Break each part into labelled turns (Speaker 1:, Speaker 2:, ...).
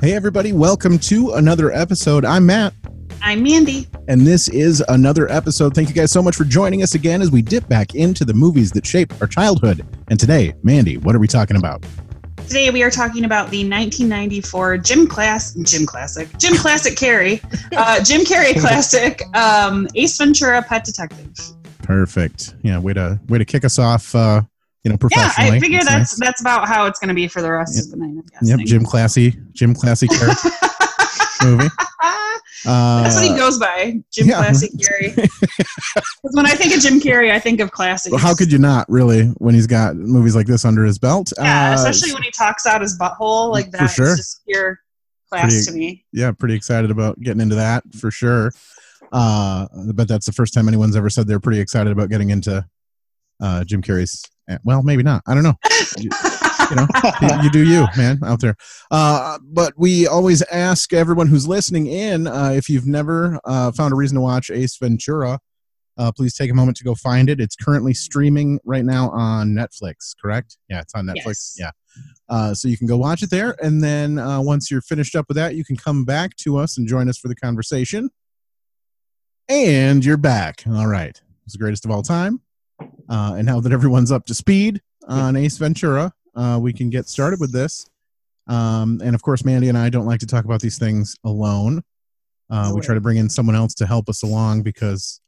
Speaker 1: Hey, everybody, welcome to another episode. I'm Matt,
Speaker 2: I'm Mandy.
Speaker 1: and this is another episode. Thank you guys so much for joining us again as we dip back into the movies that shaped our childhood. And today, Mandy, what are we talking about?
Speaker 2: Today we are talking about the 1994 gym class, gym classic, gym classic Carrie, uh, Jim Carrey classic, um, Ace Ventura: Pet Detective.
Speaker 1: Perfect. Yeah, way to way to kick us off. Uh, you know,
Speaker 2: Yeah,
Speaker 1: professionally.
Speaker 2: I figure
Speaker 1: nice.
Speaker 2: that's that's about how it's going to be for the rest
Speaker 1: Yep.
Speaker 2: of the night. I'm
Speaker 1: yep,
Speaker 2: guessing.
Speaker 1: Jim Classy, Jim Classy Carrey movie.
Speaker 2: Ah,
Speaker 1: Uh,
Speaker 2: that's what he goes by, Jim
Speaker 1: yeah.
Speaker 2: Classic Carrey. 'Cause when I think of Jim Carrey, I think of classic.
Speaker 1: well, how could you not really when he's got movies like this under his belt?
Speaker 2: Yeah,
Speaker 1: Uh,
Speaker 2: especially when he talks out his butthole like
Speaker 1: For
Speaker 2: that.
Speaker 1: sure.
Speaker 2: It's just pure class
Speaker 1: Pretty-
Speaker 2: to me.
Speaker 1: yeah, pretty excited about getting into that for sure. Uh, but that's the first time anyone's ever said they're pretty excited about getting into uh, Jim Carrey's. Well, maybe not. I don't know. You know, you, you do you, man, out there. Uh, but we always ask everyone who's listening in uh, if you've never uh, found a reason to watch Ace Ventura, uh, please take a moment to go find it. It's currently streaming right now on Netflix. Correct? Yeah, it's on Netflix.
Speaker 2: Yes.
Speaker 1: Yeah. Uh, so you can go watch it there, and then uh, once you're finished up with that, you can come back to us and join us for the conversation. And you're back. All right, it's the greatest of all time. Uh, and now that everyone's up to speed on Ace Ventura, uh, we can get started with this. Um, and of course, Mandy and I don't like to talk about these things alone. Uh, we try to bring in someone else to help us along because,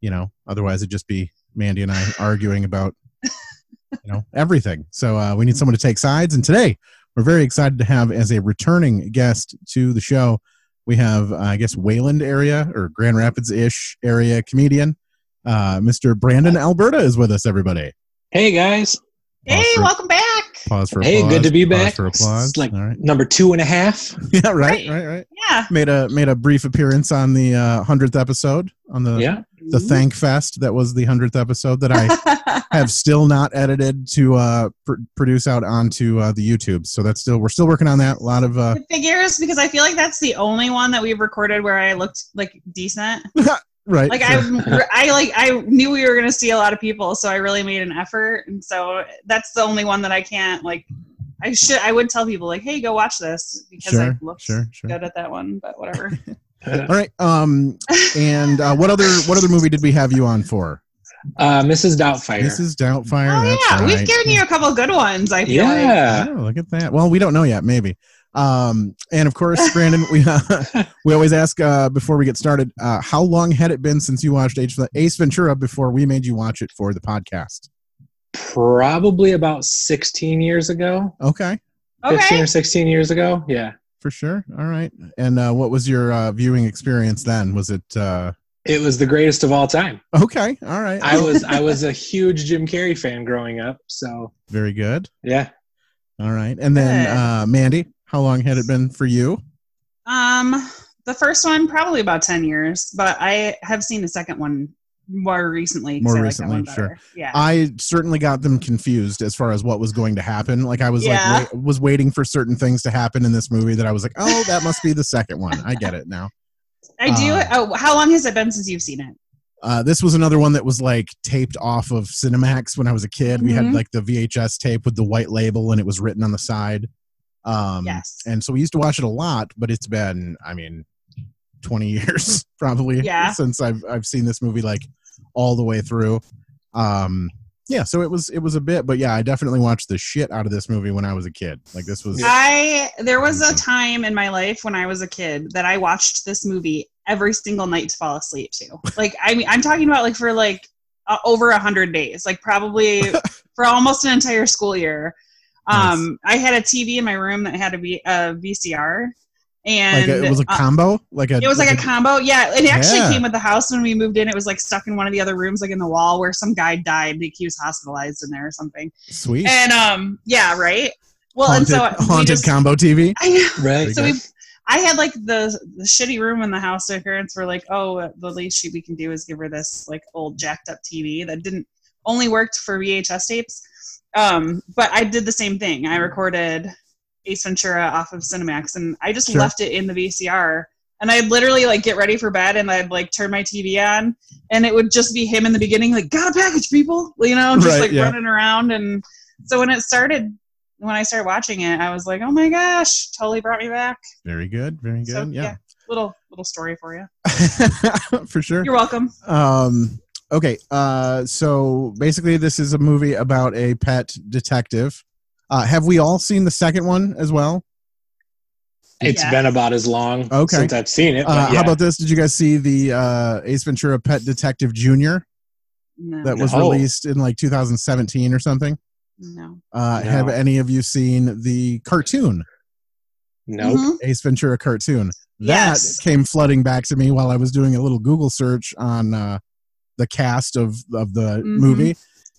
Speaker 1: you know, otherwise it'd just be Mandy and I arguing about, you know, everything. So uh, we need someone to take sides. And today we're very excited to have as a returning guest to the show, we have, uh, I guess, Wayland area or Grand Rapids ish area comedian. Uh, Mr. Brandon Alberta is with us, everybody.
Speaker 3: Hey guys,
Speaker 2: hey,
Speaker 1: Awesome.
Speaker 2: welcome back.
Speaker 1: Pause for
Speaker 3: Hey,
Speaker 1: applause.
Speaker 3: good to be
Speaker 1: Pause
Speaker 3: back.
Speaker 1: for applause.
Speaker 3: It's like-
Speaker 1: All right.
Speaker 3: number two and a half.
Speaker 1: Yeah, right,
Speaker 2: Right.
Speaker 1: right, right.
Speaker 2: Yeah.
Speaker 1: Made a made a brief appearance on the uh, hundredth episode on the
Speaker 3: Yeah,
Speaker 1: the Thank Fest that was the hundredth episode that I have still not edited to uh, pr- produce out onto uh, the YouTube. So that's still we're still working on that. A lot of uh,
Speaker 2: It figures because I feel like that's the only one that we've recorded where I looked like decent.
Speaker 1: right.
Speaker 2: Like
Speaker 1: so-
Speaker 2: I, I like I knew we were gonna see a lot of people, so I really made an effort, and so that's the only one that I can't like. I should I would tell people like, hey, go watch this because I
Speaker 1: sure,
Speaker 2: looked
Speaker 1: sure, sure.
Speaker 2: good at that one, but whatever.
Speaker 3: Uh,
Speaker 1: All right. Um, and uh, what other what other movie did we have you on for?
Speaker 3: uh, Mrs. Doubtfire.
Speaker 1: Mrs. Doubtfire.
Speaker 2: oh
Speaker 1: that's
Speaker 2: yeah, we've
Speaker 1: right.
Speaker 2: given you a couple good ones. I feel like.
Speaker 3: yeah,
Speaker 1: Oh, look at that. Well, we don't know yet, maybe. Um, and of course, Brandon, we we always ask uh, before we get started, uh, how long had it been since you watched Ace Ace Ventura before we made you watch it for the podcast?
Speaker 3: probably about sixteen years ago,
Speaker 1: Okay,
Speaker 3: fifteen
Speaker 2: Okay.
Speaker 3: or sixteen years ago. Yeah,
Speaker 1: for sure. All right. And uh, what was your uh, viewing experience then? Was it uh,
Speaker 3: it was the greatest of all time.
Speaker 1: okay? All right.
Speaker 3: I was I was a huge Jim Carrey fan growing up. So
Speaker 1: very good.
Speaker 3: yeah,
Speaker 1: All right. And then
Speaker 2: Good.
Speaker 1: uh, Mandy, how long had it been for you?
Speaker 2: Um, the first one probably about ten years, but I have seen the second one more recently. 'cause
Speaker 1: More
Speaker 2: I like that
Speaker 1: recently,
Speaker 2: one better. Yeah.
Speaker 1: I certainly got them confused as far as what was going to happen. Like I was
Speaker 2: Yeah.
Speaker 1: like wait, was waiting for certain things to happen in this movie that I was like, oh, that must be the second one. I get it now.
Speaker 2: I do.
Speaker 1: Uh,
Speaker 2: oh, how long has it been since you've seen it?
Speaker 1: Uh, this was another one that was like taped off of Cinemax when I was a kid. We had
Speaker 2: Mhm.
Speaker 1: like the VHS tape with the white label and it was written on the side. Um,
Speaker 2: Yes.
Speaker 1: And so we used to watch it a lot, but it's been, I mean, 20 years probably
Speaker 2: Yeah.
Speaker 1: since I've, I've seen this movie like all the way through. Um, yeah, so it was it was a bit, but yeah, I definitely watched the shit out of this movie when I was a kid. Like this was
Speaker 2: I there was
Speaker 1: Mm-hmm.
Speaker 2: a time in my life when I was a kid that I watched this movie every single night to fall asleep to. Like I mean, I'm talking about like for like uh, over a hundred days, like probably for almost an entire school year. Um, I had a TV in my room that had a, v, a VCR,
Speaker 1: like
Speaker 2: and
Speaker 1: a, it was a
Speaker 2: uh,
Speaker 1: combo, like a
Speaker 2: it was like a combo. Yeah, it actually
Speaker 1: Yeah.
Speaker 2: came with the house when we moved in. It was like stuck in one of the other rooms, like in the wall where some guy died. Like he was hospitalized in there or something.
Speaker 1: sweet
Speaker 2: And um, yeah, right. Well,
Speaker 1: haunted,
Speaker 2: and so we
Speaker 1: haunted
Speaker 2: just-
Speaker 1: combo TV.
Speaker 2: I know.
Speaker 3: right.
Speaker 2: So we, I had like the the shitty room in the house. So parents were like, "Oh, the least she, we can do is give her this like old jacked up TV that didn't only worked for VHS tapes." Um, but I did the same thing. I recorded Ace Ventura off of Cinemax, and I just
Speaker 1: Sure.
Speaker 2: left it in the VCR. And I'd literally like get ready for bed, and I'd like turn my TV on, and it would just be him in the beginning, like "Got a package, people," you know, just
Speaker 1: Right,
Speaker 2: like
Speaker 1: yeah.
Speaker 2: running around. And so when it started when I started watching it, I was like, oh my gosh, totally brought me back.
Speaker 1: Very good. Very good.
Speaker 2: So,
Speaker 1: yeah.
Speaker 2: Little little story for you.
Speaker 1: For sure.
Speaker 2: You're welcome.
Speaker 1: Um, okay. Uh, so basically, this is a movie about a pet detective. Uh, have we all seen the second one as well?
Speaker 3: It's
Speaker 2: Yeah.
Speaker 3: been about as long
Speaker 1: Okay.
Speaker 3: since I've seen it.
Speaker 1: Uh,
Speaker 3: but yeah.
Speaker 1: How about this? Did you guys see the uh, Ace Ventura Pet Detective Junior
Speaker 2: No.
Speaker 1: that was
Speaker 3: No.
Speaker 1: released in like 2017 or something?
Speaker 2: no.
Speaker 1: Uh,
Speaker 3: No.
Speaker 1: Have any of you seen the cartoon
Speaker 3: nope.
Speaker 2: Mhm.
Speaker 1: Ace Ventura cartoon? That
Speaker 2: Yes.
Speaker 1: came flooding back to me while I was doing a little Google search on uh, the cast of of the
Speaker 2: Mhm.
Speaker 1: movie,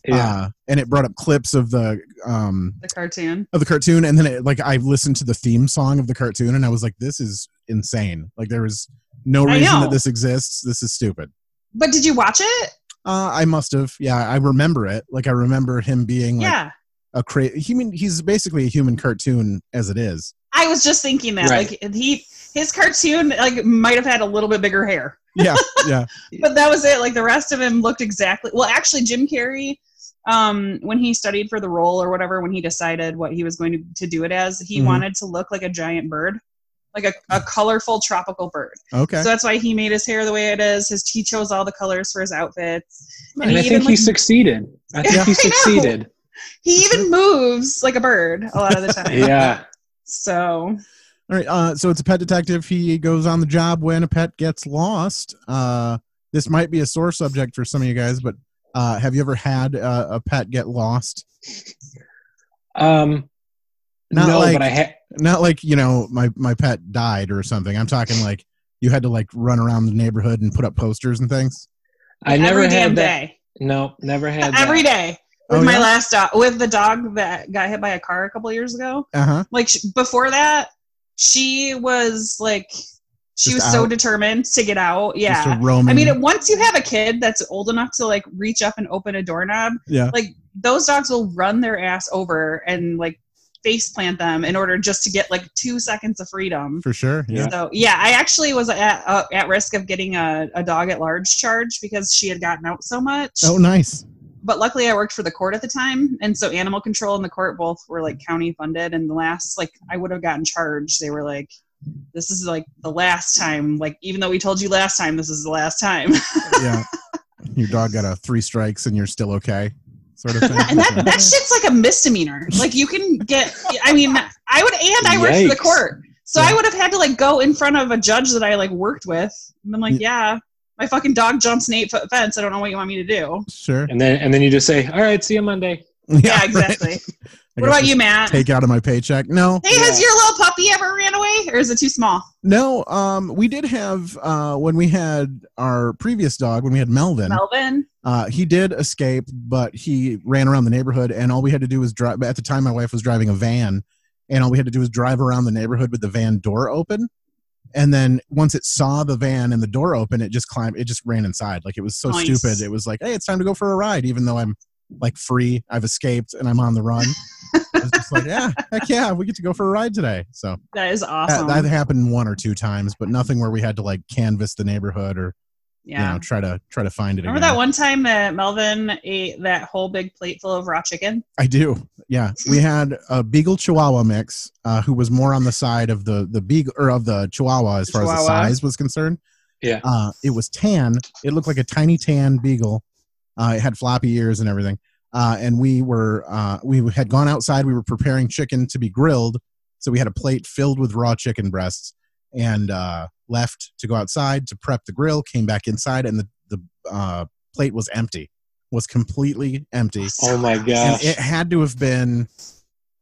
Speaker 3: Yeah.
Speaker 1: uh, and it brought up clips of the um,
Speaker 2: The cartoon.
Speaker 1: of the cartoon and then it, like i listened to the theme song of the cartoon and i was like this is insane like there is no
Speaker 2: I
Speaker 1: reason
Speaker 2: know.
Speaker 1: that this exists this is stupid
Speaker 2: But did you watch it?
Speaker 1: uh, i must have yeah i remember it like i remember him being like
Speaker 2: yeah.
Speaker 1: a cra- he mean he's basically a human cartoon as it is
Speaker 2: I was just thinking that.
Speaker 3: Right.
Speaker 2: Like he his cartoon like might have had a little bit bigger hair.
Speaker 1: yeah yeah
Speaker 2: But that was it. Like the rest of him looked exactly well, actually Jim Carrey, um, when he studied for the role or whatever, when he decided what he was going to, to do it as, he
Speaker 1: Mhm.
Speaker 2: wanted to look like a giant bird. Like a, a colorful tropical bird.
Speaker 1: Mm. okay
Speaker 2: So that's why he made his hair the way it is. His he chose all the colors for his outfits.
Speaker 3: and I
Speaker 2: he
Speaker 3: think
Speaker 2: even,
Speaker 3: he
Speaker 2: like-
Speaker 3: succeeded. I think
Speaker 2: Yeah.
Speaker 3: he
Speaker 2: I know.
Speaker 3: succeeded.
Speaker 2: He even moves like a bird a lot of the time.
Speaker 3: yeah.
Speaker 2: So
Speaker 1: all right uh, so it's a pet detective he goes on the job when a pet gets lost uh, this might be a sore subject for some of you guys but uh, have you ever had uh, a pet get lost
Speaker 3: Um,
Speaker 1: Not
Speaker 3: no,
Speaker 1: like-
Speaker 3: but I had.
Speaker 1: not like you know my my pet died or something i'm talking like you had to like run around the neighborhood and put up posters and things
Speaker 3: I never
Speaker 2: every
Speaker 3: had
Speaker 2: damn
Speaker 3: that.
Speaker 2: day.
Speaker 3: No, never had that.
Speaker 2: Every day. With
Speaker 1: Oh,
Speaker 2: my
Speaker 1: yeah?
Speaker 2: last dog, with the dog that got hit by a car a couple years ago.
Speaker 1: uh-huh
Speaker 2: Like sh- before that, she was like, she
Speaker 1: Just
Speaker 2: was so
Speaker 1: out?
Speaker 2: determined to get out.
Speaker 1: Just a
Speaker 2: Yeah.
Speaker 1: roaming
Speaker 2: I mean, once you have a kid that's old enough to like reach up and open a doorknob,
Speaker 1: yeah
Speaker 2: like those dogs will run their ass over and like face plant them in order just to get like two seconds of freedom.
Speaker 1: for sure yeah
Speaker 2: So yeah, I actually was at uh, at risk of getting a, a dog at large charge because she had gotten out so much.
Speaker 1: oh nice
Speaker 2: But luckily, I worked for the court at the time, and so animal control and the court both were like county funded. And the last like I would have gotten charged, they were like, "This is like the last time. Like even though we told you last time, this is the last time."
Speaker 1: yeah your dog got a three strikes and you're still okay sort of thing
Speaker 2: and that, that shit's like a misdemeanor. Like you can get. I mean, I would, and I worked for the
Speaker 3: Yikes.
Speaker 2: court, so I
Speaker 1: Yeah.
Speaker 2: would have had to like go in front of a judge that I like worked with, and I'm like, yeah, my fucking dog jumps an eight foot fence. I don't know what you want me to do.
Speaker 1: sure
Speaker 3: And then and then you just say, "All right, see you Monday."
Speaker 2: Yeah,
Speaker 1: right.
Speaker 2: exactly.
Speaker 1: I
Speaker 2: What
Speaker 1: guess
Speaker 2: about
Speaker 1: just
Speaker 2: you, Matt?
Speaker 1: take out of my paycheck no
Speaker 2: hey, has
Speaker 3: Yeah.
Speaker 2: your little puppy ever ran away, or is it too small?
Speaker 1: no um we did have uh when we had our previous dog when we had melvin
Speaker 2: Melvin.
Speaker 1: Uh, he did escape, but he ran around the neighborhood, and all we had to do was drive. At the time, my wife was driving a van, and all we had to do was drive around the neighborhood with the van door open. And then once it saw the van and the door open, it just climbed. It just ran inside. Like it was so
Speaker 2: Nice.
Speaker 1: stupid. It was like, hey, it's time to go for a ride, even though I'm like free, I've escaped, and I'm on the run. It's just like, yeah, heck yeah, we get to go for a ride today. So
Speaker 2: That is
Speaker 1: that,
Speaker 2: awesome.
Speaker 1: that happened one or two times, but nothing where we had to like canvas the neighborhood or
Speaker 2: yeah.
Speaker 1: you know try to try to find it.
Speaker 2: Remember
Speaker 1: again.
Speaker 2: that one time that Melvin ate that whole big plate full of raw chicken?
Speaker 1: I do. Yeah, we had a beagle chihuahua mix, uh, who was more on the side of the the beagle or of the chihuahua as far as the
Speaker 2: Chihuahua.
Speaker 1: size was concerned.
Speaker 3: Yeah.
Speaker 1: Uh, it was tan. It looked like a tiny tan beagle. Uh, it had floppy ears and everything. Uh, and we were uh, we had gone outside. We were preparing chicken to be grilled, so we had a plate filled with raw chicken breasts and uh, left to go outside to prep the grill. Came back inside, and the the uh, plate was empty. Was completely empty
Speaker 3: Oh my
Speaker 1: and
Speaker 3: gosh.
Speaker 1: it had to have been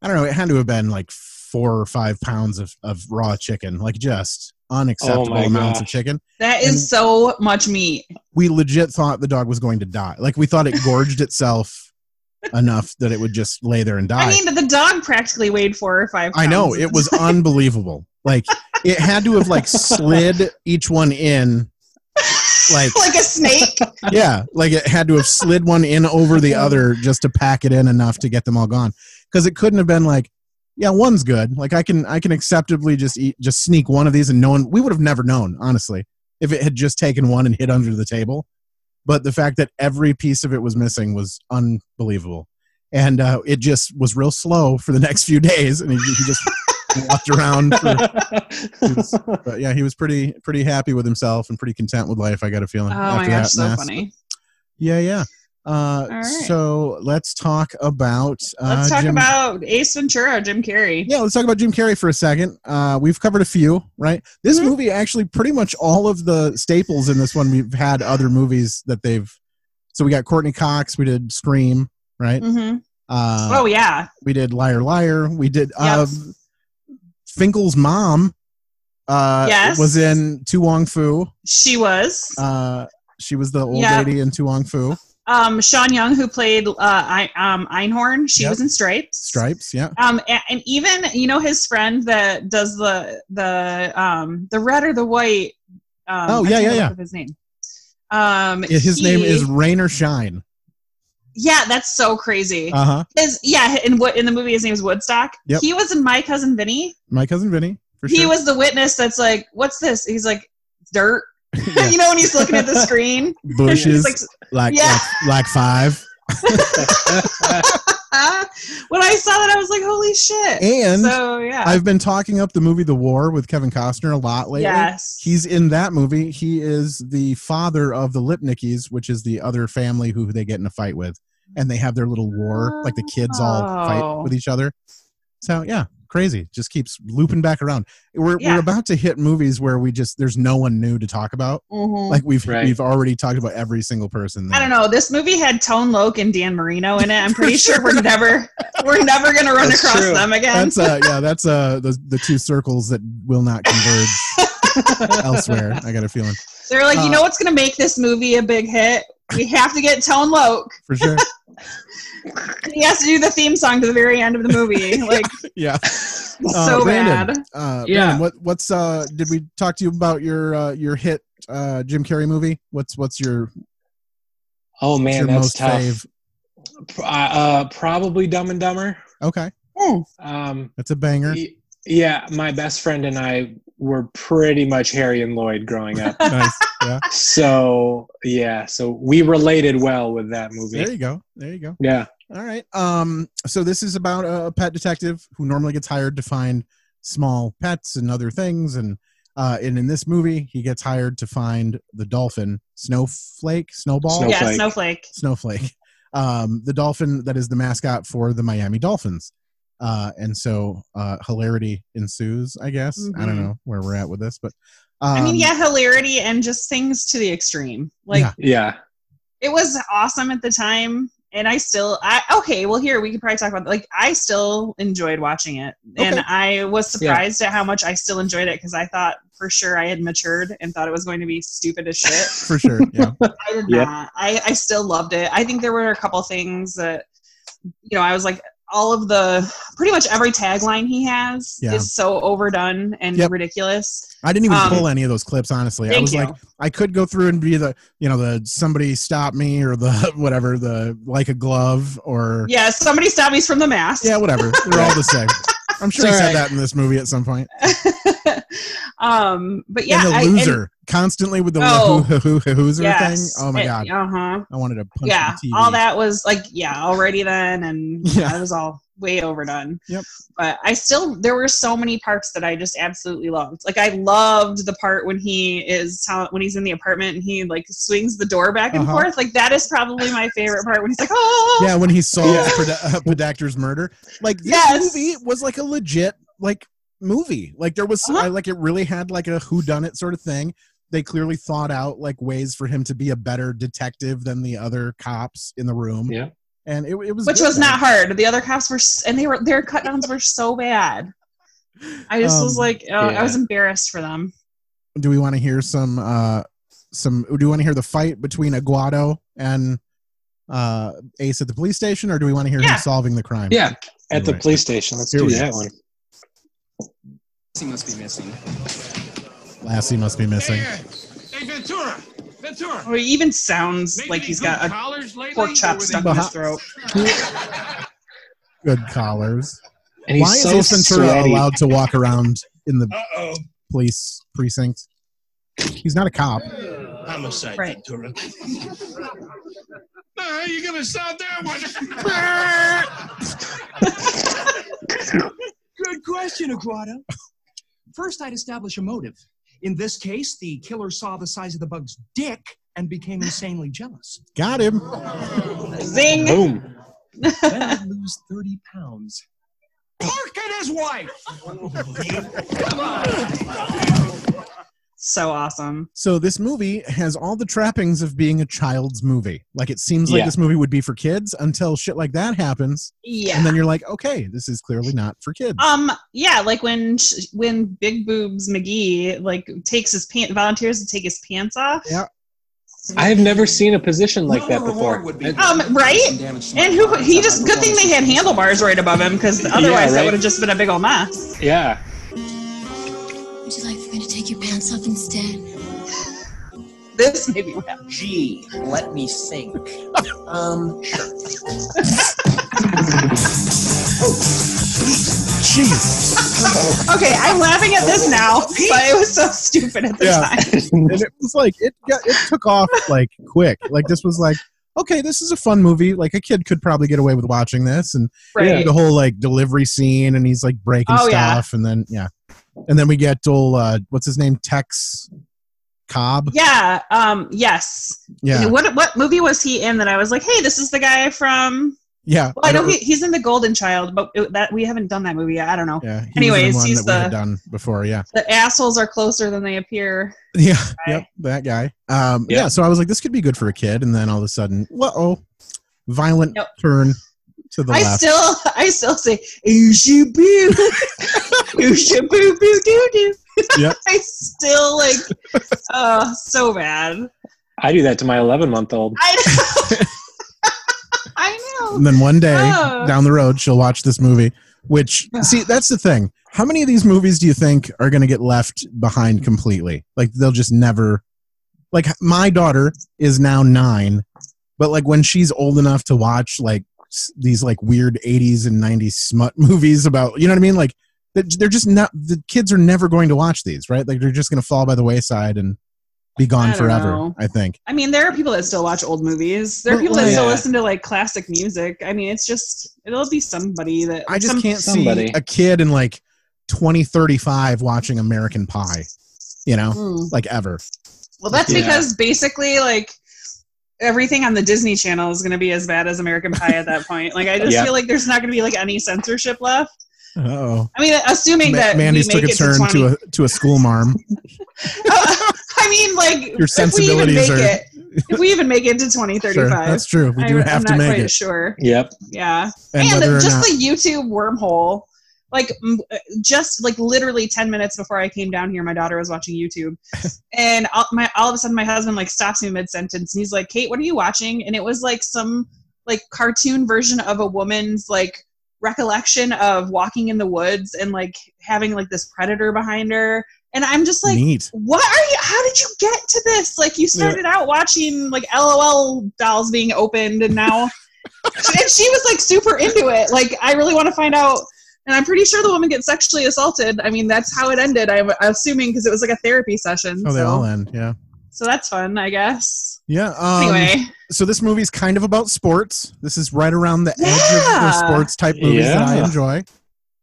Speaker 1: i don't know it had to have been like four or five pounds of, of raw chicken like just unacceptable
Speaker 3: Oh my
Speaker 1: amounts of
Speaker 3: gosh.
Speaker 1: chicken
Speaker 2: That is
Speaker 1: And-
Speaker 2: so much meat.
Speaker 1: we legit thought the dog was going to die like we thought it gorged itself enough that it would just lay there and die
Speaker 2: I mean, the dog practically weighed four or five.
Speaker 1: I know
Speaker 2: pounds.
Speaker 1: it was unbelievable like it had to have like slid each one in like
Speaker 2: like a snake.
Speaker 1: yeah, like it had to have slid one in over the other just to pack it in enough to get them all gone. Because it couldn't have been like, yeah, one's good. Like I can I can acceptably just eat just sneak one of these and no one we would have never known honestly if it had just taken one and hid under the table. But the fact that every piece of it was missing was unbelievable. and uh, it just was real slow for the next few days, and he, he just walked around. For, but yeah, he was pretty pretty happy with himself and pretty content with life. I got a feeling.
Speaker 2: Oh my gosh, so
Speaker 1: mess.
Speaker 2: funny.
Speaker 1: Yeah, yeah. Uh,
Speaker 2: right.
Speaker 1: So let's talk about. Uh,
Speaker 2: Let's talk
Speaker 1: Jim-
Speaker 2: about Ace Ventura, Jim Carrey.
Speaker 1: Yeah, let's talk about Jim Carrey for a second. Uh, we've covered a few, right? This
Speaker 2: Mhm.
Speaker 1: movie actually pretty much all of the staples in this one. We've had other movies that they've. So we got Courtney Cox. We did Scream, right?
Speaker 2: hmm
Speaker 1: Uh,
Speaker 2: oh yeah.
Speaker 1: We did Liar Liar. We did
Speaker 2: Yep.
Speaker 1: uh, Finkel's mom. Uh,
Speaker 2: Yes.
Speaker 1: was in Tu Wong Fu.
Speaker 2: She was.
Speaker 1: Uh, she was the old
Speaker 2: Yep.
Speaker 1: lady in Tu Wong Fu.
Speaker 2: Um, Sean Young, who played uh, I, um, Einhorn, she
Speaker 1: Yep.
Speaker 2: was in Stripes.
Speaker 1: Stripes, yeah.
Speaker 2: Um, and, and even you know his friend that does the the um the red or the white. Um,
Speaker 1: Oh,
Speaker 2: I
Speaker 1: yeah,
Speaker 2: can't
Speaker 1: yeah,
Speaker 2: look
Speaker 1: yeah.
Speaker 2: up His name. Um,
Speaker 1: Yeah, His name
Speaker 2: he-
Speaker 1: is Rain or Shine.
Speaker 2: Yeah, that's so crazy.
Speaker 1: Uh huh.
Speaker 2: his yeah, in what in the movie his name is Woodstock.
Speaker 1: Yep.
Speaker 2: He was in My Cousin Vinny.
Speaker 1: My cousin Vinny. For
Speaker 2: He
Speaker 1: sure.
Speaker 2: was the witness that's like, what's this? He's like, dirt.
Speaker 1: Yeah.
Speaker 2: you know when he's looking at the screen.
Speaker 1: bushes
Speaker 2: He's like,
Speaker 1: like,
Speaker 2: Yeah.
Speaker 1: like like five
Speaker 2: "Huh?" when I saw that, I was like, holy shit.
Speaker 1: and
Speaker 2: so yeah.
Speaker 1: i've been talking up the movie the war with kevin costner a lot lately
Speaker 2: yes.
Speaker 1: he's in that movie he is the father of the lipnickies which is the other family who they get in a fight with and they have their little war like the kids all fight
Speaker 2: Oh.
Speaker 1: with each other so yeah crazy just keeps looping back around we're,
Speaker 2: Yeah.
Speaker 1: we're about to hit movies where we just there's no one new to talk about
Speaker 2: Mhm.
Speaker 1: like we've
Speaker 3: Right.
Speaker 1: we've already talked about every single person
Speaker 2: I
Speaker 1: there.
Speaker 2: don't know. This movie had Tone Loc and Dan Marino in it. I'm pretty sure. we're never we're never gonna run
Speaker 3: That's
Speaker 2: across
Speaker 3: true.
Speaker 2: them again.
Speaker 1: that's uh yeah that's uh the, the two circles that will not converge elsewhere i got a feeling
Speaker 2: They're like,
Speaker 1: uh,
Speaker 2: you know what's gonna make this movie a big hit? We have to get Tone Loc.
Speaker 1: for sure
Speaker 2: He has to do the theme song to the very end of the movie. Like
Speaker 1: yeah Uh,
Speaker 2: so
Speaker 1: Brandon.
Speaker 2: bad.
Speaker 1: uh
Speaker 3: Yeah.
Speaker 1: Brandon, what what's uh did we talk to you about your uh your hit uh jim carrey movie what's what's your
Speaker 3: oh
Speaker 1: your
Speaker 3: man, that's
Speaker 1: most
Speaker 3: tough.
Speaker 1: fave
Speaker 3: Uh, uh, probably Dumb and Dumber.
Speaker 1: okay
Speaker 3: Um,
Speaker 1: that's a banger
Speaker 3: y- yeah, my best friend and I were pretty much Harry and Lloyd growing up.
Speaker 1: nice yeah
Speaker 3: so yeah, so we related well with that
Speaker 1: there
Speaker 3: movie.
Speaker 1: you go there you go
Speaker 3: Yeah,
Speaker 1: all right um so this is about a pet detective who normally gets hired to find small pets and other things and uh and in this movie he gets hired to find the dolphin snowflake snowball
Speaker 3: Snow-
Speaker 2: Yeah,
Speaker 3: Snowflake.
Speaker 2: Snowflake.
Speaker 1: Snowflake, um, the dolphin that is the mascot for the Miami Dolphins. Uh, and so uh, hilarity ensues, I guess. I don't
Speaker 2: Mhm.
Speaker 1: know where we're at with this, but
Speaker 2: I mean,
Speaker 1: um,
Speaker 2: yeah, hilarity and just things to the extreme. Like
Speaker 1: Yeah.
Speaker 3: yeah,
Speaker 2: it was awesome at the time, and I still, I okay. Well, here we could probably talk about like I still enjoyed watching it, and
Speaker 1: Okay.
Speaker 2: I was surprised at how much I still enjoyed it because I thought for sure I had matured and thought it was going to be stupid as shit.
Speaker 1: for sure. Yeah,
Speaker 2: I did
Speaker 3: Yeah.
Speaker 2: not. I, I still loved it. I think there were a couple things that, you know, I was like, all of the, pretty much every tagline he has
Speaker 1: Yeah.
Speaker 2: is so overdone and
Speaker 1: Yep.
Speaker 2: ridiculous.
Speaker 1: I didn't even
Speaker 2: Um,
Speaker 1: pull any of those clips. Honestly, I
Speaker 2: Thank
Speaker 1: was
Speaker 2: you.
Speaker 1: like, I could go through and be the, you know, the somebody stop me or the whatever, the like a glove or yeah,
Speaker 2: yeah, somebody stop me from the mask.
Speaker 1: whatever. They're all the same. I'm sure he
Speaker 3: It's
Speaker 1: said
Speaker 3: all right.
Speaker 1: that in this movie at some point.
Speaker 2: um, but yeah,
Speaker 1: and
Speaker 2: I-
Speaker 1: the loser constantly with the
Speaker 2: Oh.
Speaker 1: hoo hoo hoo hoozer
Speaker 2: yes,
Speaker 1: thing. Oh my god,
Speaker 2: Uh huh.
Speaker 1: I wanted to punch
Speaker 2: Yeah,
Speaker 1: the TV.
Speaker 2: all that was like yeah, already then, and
Speaker 1: Yeah.
Speaker 2: yeah. that was all way overdone.
Speaker 1: Yep.
Speaker 2: But I still there were so many parts that I just absolutely loved. Like I loved the part when he is tell- when he's in the apartment and he like swings the door back and
Speaker 1: Uh-huh.
Speaker 2: forth. Like that is probably my favorite part when he's like oh
Speaker 1: yeah, when he solves
Speaker 3: Yeah.
Speaker 1: Pred- uh, Predactor's murder. Like this
Speaker 2: Yes.
Speaker 1: movie was like a legit like movie. Like there was
Speaker 2: Uh-huh.
Speaker 1: I, like it really had like a who done it sort of thing. They clearly thought out like ways for him to be a better detective than the other cops in the room.
Speaker 3: Yeah.
Speaker 1: And it, it was
Speaker 2: which
Speaker 1: good,
Speaker 2: was
Speaker 1: man.
Speaker 2: not hard. The other cops were s- and they were their cut downs were so bad. I just was
Speaker 1: Um,
Speaker 2: like uh, I
Speaker 3: yeah.
Speaker 2: was embarrassed for them.
Speaker 1: Do we want to hear some uh some do we want to hear the fight between Aguado and uh Ace at the police station or do we want to hear
Speaker 2: Yeah.
Speaker 1: him solving the crime?
Speaker 3: yeah. At the
Speaker 1: Right.
Speaker 3: police station. Let's
Speaker 1: Here
Speaker 3: do
Speaker 1: we
Speaker 3: that
Speaker 1: go.
Speaker 3: one.
Speaker 4: He must be missing.
Speaker 1: Lassie must be missing.
Speaker 5: Hey, uh, hey, Ventura! Ventura!
Speaker 2: Or he even sounds
Speaker 5: Making
Speaker 2: like
Speaker 5: any
Speaker 2: he's
Speaker 5: good
Speaker 2: got a
Speaker 5: collars lately,
Speaker 2: pork
Speaker 5: or
Speaker 2: chop
Speaker 5: were they-
Speaker 2: stuck in his throat.
Speaker 1: Good collars.
Speaker 3: And he's
Speaker 1: Why
Speaker 3: so
Speaker 1: is Ace Ventura
Speaker 3: sweaty.
Speaker 1: allowed to walk around in the
Speaker 5: Uh-oh.
Speaker 1: police precinct? He's not a cop.
Speaker 5: Homicide,
Speaker 2: Right.
Speaker 5: Ventura. No, how you gonna solve that one?
Speaker 4: Good question, Aguado. First, I'd establish a motive. In this case, the killer saw the size of the bug's dick and became insanely jealous.
Speaker 1: Got him.
Speaker 2: Zing.
Speaker 3: Boom.
Speaker 4: Then I'd lose 30 pounds. Park and his wife!
Speaker 2: So awesome.
Speaker 1: So this movie has all the trappings of being a child's movie. Like it seems like
Speaker 3: Yeah.
Speaker 1: this movie would be for kids until shit like that happens,
Speaker 2: Yeah.
Speaker 1: and then you're like, okay, this is clearly not for kids.
Speaker 2: Um. Yeah. Like when sh- when Big Boobs McGee like takes his pant volunteers to take his pants off.
Speaker 1: Yeah.
Speaker 3: I have never seen a position like
Speaker 4: Lower
Speaker 3: that before.
Speaker 4: reward would be-
Speaker 2: Um. Right.
Speaker 4: Damage to
Speaker 2: And
Speaker 4: my
Speaker 2: who
Speaker 4: body.
Speaker 2: he just good thing they had handlebars right above him because otherwise that
Speaker 3: right.
Speaker 2: would have just been a big old mess.
Speaker 3: yeah.
Speaker 6: Would you like for me to take your pants off instead?
Speaker 2: This made me laugh.
Speaker 7: Gee, let me think. Um,
Speaker 1: Jeez.
Speaker 2: Okay, I'm laughing at this now, but it was so stupid at the
Speaker 1: Yeah.
Speaker 2: time.
Speaker 1: and it was like it got it took off like quick. Like this was like okay, this is a fun movie. Like a kid could probably get away with watching this, and
Speaker 2: Right.
Speaker 1: the whole like delivery scene, and he's like breaking
Speaker 2: Oh, yeah.
Speaker 1: stuff, and then yeah, and then we get old uh, what's his name Tex Cobb.
Speaker 2: Yeah. Um. Yes.
Speaker 1: Yeah,
Speaker 2: What What movie was he in that I was like, hey, this is the guy from?
Speaker 1: yeah.
Speaker 2: Well, I know he, he's in the Golden Child, but it, that we haven't done that movie yet. I don't know.
Speaker 1: Yeah, he was in
Speaker 2: Anyways,
Speaker 1: one
Speaker 2: he's
Speaker 1: that we had
Speaker 2: the-
Speaker 1: done before. Yeah,
Speaker 2: The assholes are closer than they appear.
Speaker 1: yeah,
Speaker 2: guy.
Speaker 1: yep, that guy. Um,
Speaker 3: Yeah.
Speaker 1: yeah. So I was like, this could be good for a kid, and then all of a sudden, whoa, oh, violent
Speaker 2: Nope.
Speaker 1: turn to the
Speaker 2: I
Speaker 1: left.
Speaker 2: still, I still say, oosha boo, oosha boo boo doo doo.
Speaker 1: Yep.
Speaker 2: I still like, oh, so bad.
Speaker 3: I do that to my 11 month old.
Speaker 2: I know. I know.
Speaker 1: And then one day
Speaker 2: Oh.
Speaker 1: down the road, she'll watch this movie. Which, see, that's the thing. How many of these movies do you think are going to get left behind completely? Like, they'll just never. Like, my daughter is now nine, but like when she's old enough to watch like s- these like weird 80s and 90s smut movies about, you know what I mean? Like, they're they're just not, the kids are never going to watch these, right? Like, they're just going to fall by the wayside and be
Speaker 2: I
Speaker 1: gone
Speaker 2: don't
Speaker 1: forever,
Speaker 2: know.
Speaker 1: I think.
Speaker 2: I mean, there are people that still watch old movies. There are
Speaker 1: Well,
Speaker 2: people that
Speaker 3: yeah.
Speaker 2: still listen to like classic music. I mean, it's just it'll be somebody that
Speaker 1: I just
Speaker 2: some-
Speaker 1: can't see
Speaker 3: somebody.
Speaker 1: a kid in like 2035 watching American Pie, you know,
Speaker 2: Mm.
Speaker 1: like ever.
Speaker 2: Well, that's
Speaker 3: Yeah.
Speaker 2: because basically, like, everything on the Disney Channel is going to be as bad as American Pie at that point. Like, I just
Speaker 3: Yeah.
Speaker 2: feel like there's not going to be like any censorship left.
Speaker 1: Oh,
Speaker 2: I mean, assuming that
Speaker 1: Mandy's
Speaker 2: we make
Speaker 1: took a
Speaker 2: it to
Speaker 1: turn
Speaker 2: 20.
Speaker 1: to a to a school marm.
Speaker 2: I mean, like,
Speaker 1: Your sensibilities
Speaker 2: if we even
Speaker 1: are-
Speaker 2: make it, if we even make it to
Speaker 1: Sure,
Speaker 2: 2035.
Speaker 1: that's true. We do
Speaker 2: I,
Speaker 1: have
Speaker 2: am
Speaker 1: to
Speaker 2: not
Speaker 1: make
Speaker 2: quite
Speaker 1: it,
Speaker 2: sure.
Speaker 3: Yep.
Speaker 2: Yeah.
Speaker 1: and
Speaker 2: and
Speaker 1: whether
Speaker 2: the,
Speaker 1: or
Speaker 2: just
Speaker 1: not.
Speaker 2: the YouTube wormhole. Like m- uh, just like literally ten minutes before I came down here, my daughter was watching YouTube, and all, my all of a sudden my husband like stops me mid sentence and he's like, "Kate, what are you watching?" And it was like some like cartoon version of a woman's like recollection of walking in the woods and like having like this predator behind her, and I'm just like,
Speaker 1: Neat.
Speaker 2: what are you how did you get to this like you started out watching like lol dolls being opened and now and she was like super into it like i really want to find out and i'm pretty sure the woman gets sexually assaulted i mean that's how it ended i'm assuming because it was like a therapy session
Speaker 1: Oh, they
Speaker 2: so.
Speaker 1: all end. Yeah,
Speaker 2: so that's fun i guess
Speaker 1: yeah. Um,
Speaker 2: anyway
Speaker 1: so this movie's kind of about sports. This is right around the edge of the
Speaker 2: Yeah.
Speaker 1: sports type movies that I
Speaker 3: Yeah.
Speaker 1: enjoy.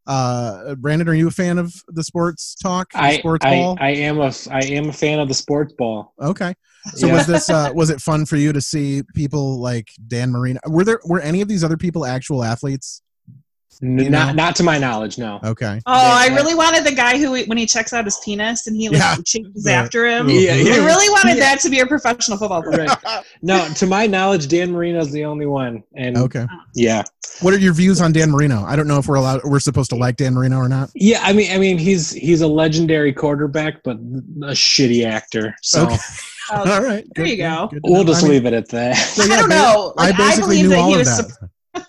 Speaker 1: Uh, Brandon, are you a fan of the sports talk? the
Speaker 3: I,
Speaker 1: sports
Speaker 3: I,
Speaker 1: ball?
Speaker 3: I am a f- I am a fan of the sports ball.
Speaker 1: okay. So
Speaker 3: Yeah.
Speaker 1: was this uh, was it fun for you to see people like Dan Marino? Were there were any of these other people actual athletes?
Speaker 3: N-
Speaker 1: you
Speaker 3: not
Speaker 1: know?
Speaker 3: not to my knowledge, no.
Speaker 1: Okay.
Speaker 2: oh i really wanted the guy who when he checks out his penis and he like
Speaker 1: Yeah.
Speaker 2: chases
Speaker 1: Yeah.
Speaker 2: after him
Speaker 3: Yeah,
Speaker 2: i
Speaker 3: yeah.
Speaker 2: really wanted
Speaker 3: Yeah.
Speaker 2: that to be a professional football player Um,
Speaker 3: Right. No, to my knowledge, Dan Marino's the only one. And
Speaker 1: Okay.
Speaker 3: yeah,
Speaker 1: What are your views on Dan Marino? I don't know if we're allowed we're supposed to like Dan Marino or not.
Speaker 3: yeah. I mean, I mean, he's he's a legendary quarterback, but a shitty actor. So
Speaker 1: Okay.
Speaker 2: Oh,
Speaker 1: All right.
Speaker 2: There you go.
Speaker 1: good to
Speaker 3: we'll
Speaker 1: know.
Speaker 3: just
Speaker 1: I mean,
Speaker 3: leave it at that.
Speaker 1: yeah,
Speaker 2: I
Speaker 1: ba-
Speaker 2: don't know. Like,
Speaker 1: I
Speaker 2: I,
Speaker 1: basically
Speaker 2: believe
Speaker 1: knew
Speaker 2: that
Speaker 1: all
Speaker 2: he
Speaker 1: of
Speaker 2: was.
Speaker 1: that.
Speaker 2: sup-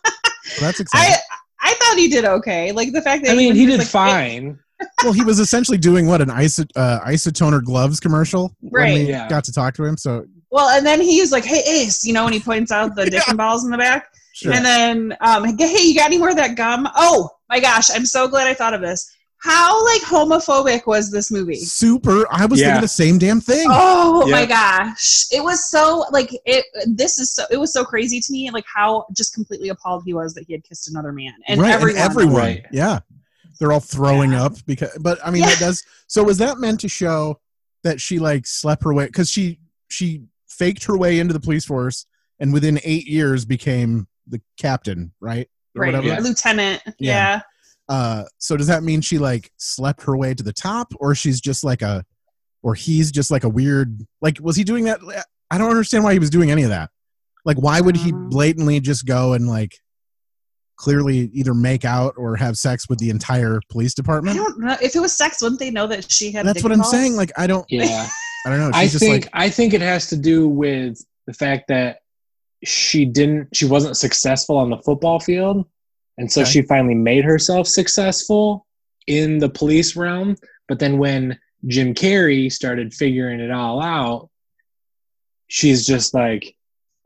Speaker 1: So that's exciting.
Speaker 2: I I thought he did okay. Like the fact that
Speaker 3: I mean, he
Speaker 2: was,
Speaker 3: did
Speaker 2: like,
Speaker 3: fine.
Speaker 1: well, he was essentially doing what an iso- uh, isotoner gloves commercial when
Speaker 2: Right.
Speaker 1: we
Speaker 3: Yeah.
Speaker 1: got to talk to him. So
Speaker 2: Well, and then he's like, "Hey, Ace," you know, when he points out the dick and balls in the back,
Speaker 1: sure.
Speaker 2: and then, um, "Hey, you got any more of that gum?" Oh my gosh, I'm so glad I thought of this. How like homophobic was this movie?
Speaker 1: Super. I was
Speaker 3: Yeah.
Speaker 1: thinking the same damn thing.
Speaker 2: Oh
Speaker 3: Yeah.
Speaker 2: my gosh. It was so like it this is so it was so crazy to me like how just completely appalled he was that he had kissed another man. And
Speaker 1: right,
Speaker 2: everyone
Speaker 1: and everyone.
Speaker 3: Right.
Speaker 1: Yeah. They're all throwing up because but I mean that does so was that meant to show that she like slept her way because she she faked her way into the police force and within eight years became the captain, right? Or
Speaker 2: right.
Speaker 1: whatever.
Speaker 3: Yeah.
Speaker 2: Lieutenant.
Speaker 1: Yeah.
Speaker 2: Yeah.
Speaker 1: Uh so does that mean she like slept her way to the top or she's just like a or he's just like a weird like was he doing that I don't understand why he was doing any of that. Like why would he
Speaker 2: Um.
Speaker 1: blatantly just go and like clearly either make out or have sex with the entire police
Speaker 2: I
Speaker 1: department?
Speaker 2: don't know. If it was sex, wouldn't they know that she had
Speaker 1: That's
Speaker 2: dick
Speaker 1: what I'm
Speaker 2: balls?
Speaker 1: saying. Like I don't
Speaker 3: Yeah.
Speaker 1: I don't know. She's
Speaker 3: I
Speaker 1: just
Speaker 3: think
Speaker 1: like
Speaker 3: I think it has to do with the fact that she didn't she wasn't successful on the football field and so
Speaker 1: Okay.
Speaker 3: she finally made herself successful in the police realm but then when Jim Carrey started figuring it all out she's just like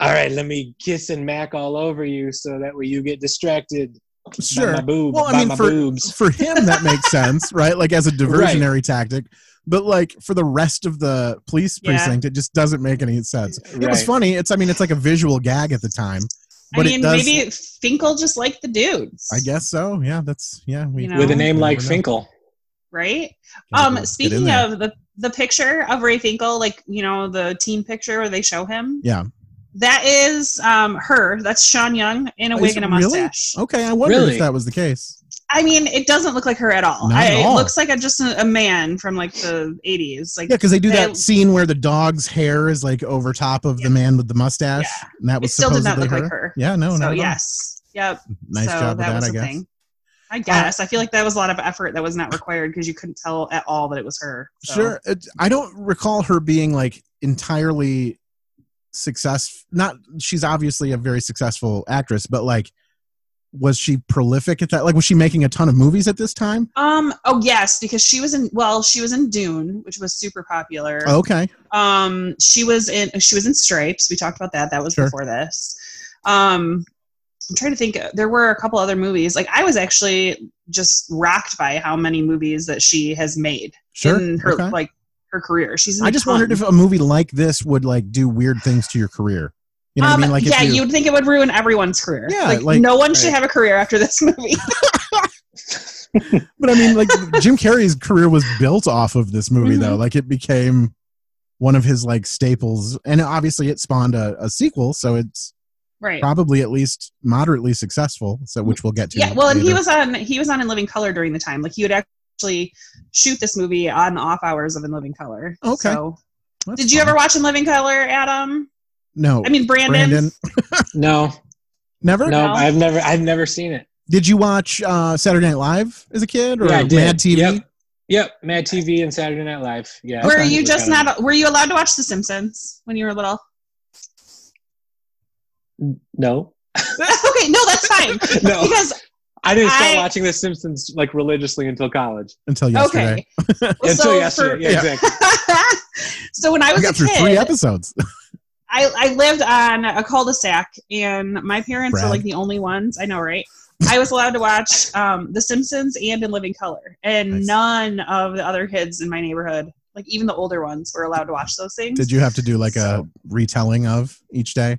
Speaker 3: all right let me kiss and mac all over you so that way you get distracted by
Speaker 1: sure.
Speaker 3: my boob
Speaker 1: Well, I
Speaker 3: by
Speaker 1: mean,
Speaker 3: my
Speaker 1: for-
Speaker 3: boobs
Speaker 1: For him that makes sense, right? Like as a diversionary tactic. But like for the rest of the police
Speaker 2: Yeah.
Speaker 1: precinct, it just doesn't make any sense. It was
Speaker 3: Right.
Speaker 1: funny. It's I mean it's like a visual gag at the time. But
Speaker 2: I
Speaker 1: it
Speaker 2: mean,
Speaker 1: does
Speaker 2: maybe Finkel just liked the dudes.
Speaker 1: I guess so. Yeah, that's yeah. We,
Speaker 2: You know?
Speaker 3: with a name
Speaker 1: we
Speaker 3: like
Speaker 1: never know.
Speaker 3: Finkel
Speaker 2: right?
Speaker 1: Gotta
Speaker 2: Um,
Speaker 1: get in
Speaker 2: speaking
Speaker 1: there.
Speaker 2: of the the picture of Ray Finkel, like you know the team picture where they show him.
Speaker 1: Yeah.
Speaker 2: That is um her. That's Sean Young in a
Speaker 1: Oh, is
Speaker 2: wig
Speaker 1: it
Speaker 2: and a
Speaker 1: really? Oh.
Speaker 2: mustache.
Speaker 1: Okay, I wondered
Speaker 3: Really?
Speaker 1: if that was the case.
Speaker 2: I mean, it doesn't look like her at all.
Speaker 1: Not
Speaker 2: I,
Speaker 1: at all.
Speaker 2: It looks like a, just a, a man from like the '80s. Like
Speaker 1: Yeah, because they do that
Speaker 2: They-
Speaker 1: scene where the dog's hair is like over top of the man with the mustache,
Speaker 2: Yeah.
Speaker 1: and that
Speaker 2: it
Speaker 1: was
Speaker 2: still did not
Speaker 1: supposedly
Speaker 2: look
Speaker 1: her.
Speaker 2: like her.
Speaker 1: Yeah, no,
Speaker 2: so
Speaker 1: no,
Speaker 2: yes, yep.
Speaker 1: Nice
Speaker 2: so
Speaker 1: job with that,
Speaker 2: was
Speaker 1: I
Speaker 2: a
Speaker 1: guess. Uh,
Speaker 2: thing. I guess I feel like that was a lot of effort that was not required because you couldn't tell at all that it was her. So.
Speaker 1: Sure, it, I don't recall her being like entirely success. Not she's obviously a very successful actress, but like, was she prolific at that? Like, was she making a ton of movies at this time?
Speaker 2: Um. Oh yes, because she was in. Well, she was in Dune, which was super popular.
Speaker 1: Oh, Okay,
Speaker 2: Um, she was in she was in Stripes. We talked about that. That was
Speaker 1: Sure.
Speaker 2: before this. Um, I'm trying to think. There were a couple other movies. Like I was actually just rocked by how many movies that she has made
Speaker 1: sure.
Speaker 2: in her
Speaker 1: okay.
Speaker 2: like her career. She's. in
Speaker 1: I
Speaker 2: a
Speaker 1: just
Speaker 2: ton.
Speaker 1: wondered if a movie like this would like do weird things to your career. You know what I
Speaker 2: Um,
Speaker 1: mean? Like, if
Speaker 2: yeah,
Speaker 1: you-
Speaker 2: you would think it would ruin everyone's career.
Speaker 1: Yeah,
Speaker 2: like,
Speaker 1: like-
Speaker 2: no one should
Speaker 3: right.
Speaker 2: have a career after this movie.
Speaker 1: But I mean, like Jim Carrey's career was built off of this movie,
Speaker 2: Mm-hmm.
Speaker 1: though. Like it became one of his like staples, and obviously it spawned a, a sequel, so it's
Speaker 2: right.
Speaker 1: probably at least moderately successful. So which we'll get to.
Speaker 2: Yeah, well, and he
Speaker 1: later.
Speaker 2: was on he was on In Living Color during the time. Like he would actually shoot this movie on the off hours of In Living Color.
Speaker 1: Okay.
Speaker 2: So,
Speaker 1: That's
Speaker 2: did you
Speaker 1: fine.
Speaker 2: ever watch In Living Color, Adam?
Speaker 1: No,
Speaker 2: I mean Brandon.
Speaker 1: Brandon.
Speaker 3: no
Speaker 1: Never.
Speaker 3: no
Speaker 2: No.
Speaker 3: I've never I've never seen it
Speaker 1: Did you watch uh, Saturday Night Live as a kid or
Speaker 3: Yeah, I did.
Speaker 1: Mad TV?
Speaker 3: Yep. Yep, Mad TV and Saturday Night Live. Yeah.
Speaker 2: Were
Speaker 1: Okay.
Speaker 2: you just
Speaker 3: Kind of-
Speaker 2: not? Were you allowed to watch The Simpsons when you were little?
Speaker 3: No.
Speaker 2: okay, no, that's fine
Speaker 3: No.
Speaker 2: because
Speaker 3: I didn't start
Speaker 2: I-
Speaker 3: watching The Simpsons like religiously until college.
Speaker 1: Until yesterday,
Speaker 2: okay. Well,
Speaker 3: until
Speaker 2: so
Speaker 3: yesterday.
Speaker 2: for-
Speaker 3: yeah,
Speaker 1: Yeah.
Speaker 3: exactly.
Speaker 2: so when I
Speaker 1: I
Speaker 2: was
Speaker 1: got
Speaker 2: a
Speaker 1: through
Speaker 2: kid,
Speaker 1: three episodes.
Speaker 2: I, I lived on a cul-de-sac and my parents
Speaker 1: Brad.
Speaker 2: were like the only ones i know right i was allowed to watch um, the simpsons and in living color and
Speaker 1: Nice.
Speaker 2: none of the other kids in my neighborhood like even the older ones were allowed to watch those things
Speaker 1: Did you have to do like a
Speaker 2: So-
Speaker 1: retelling of each day?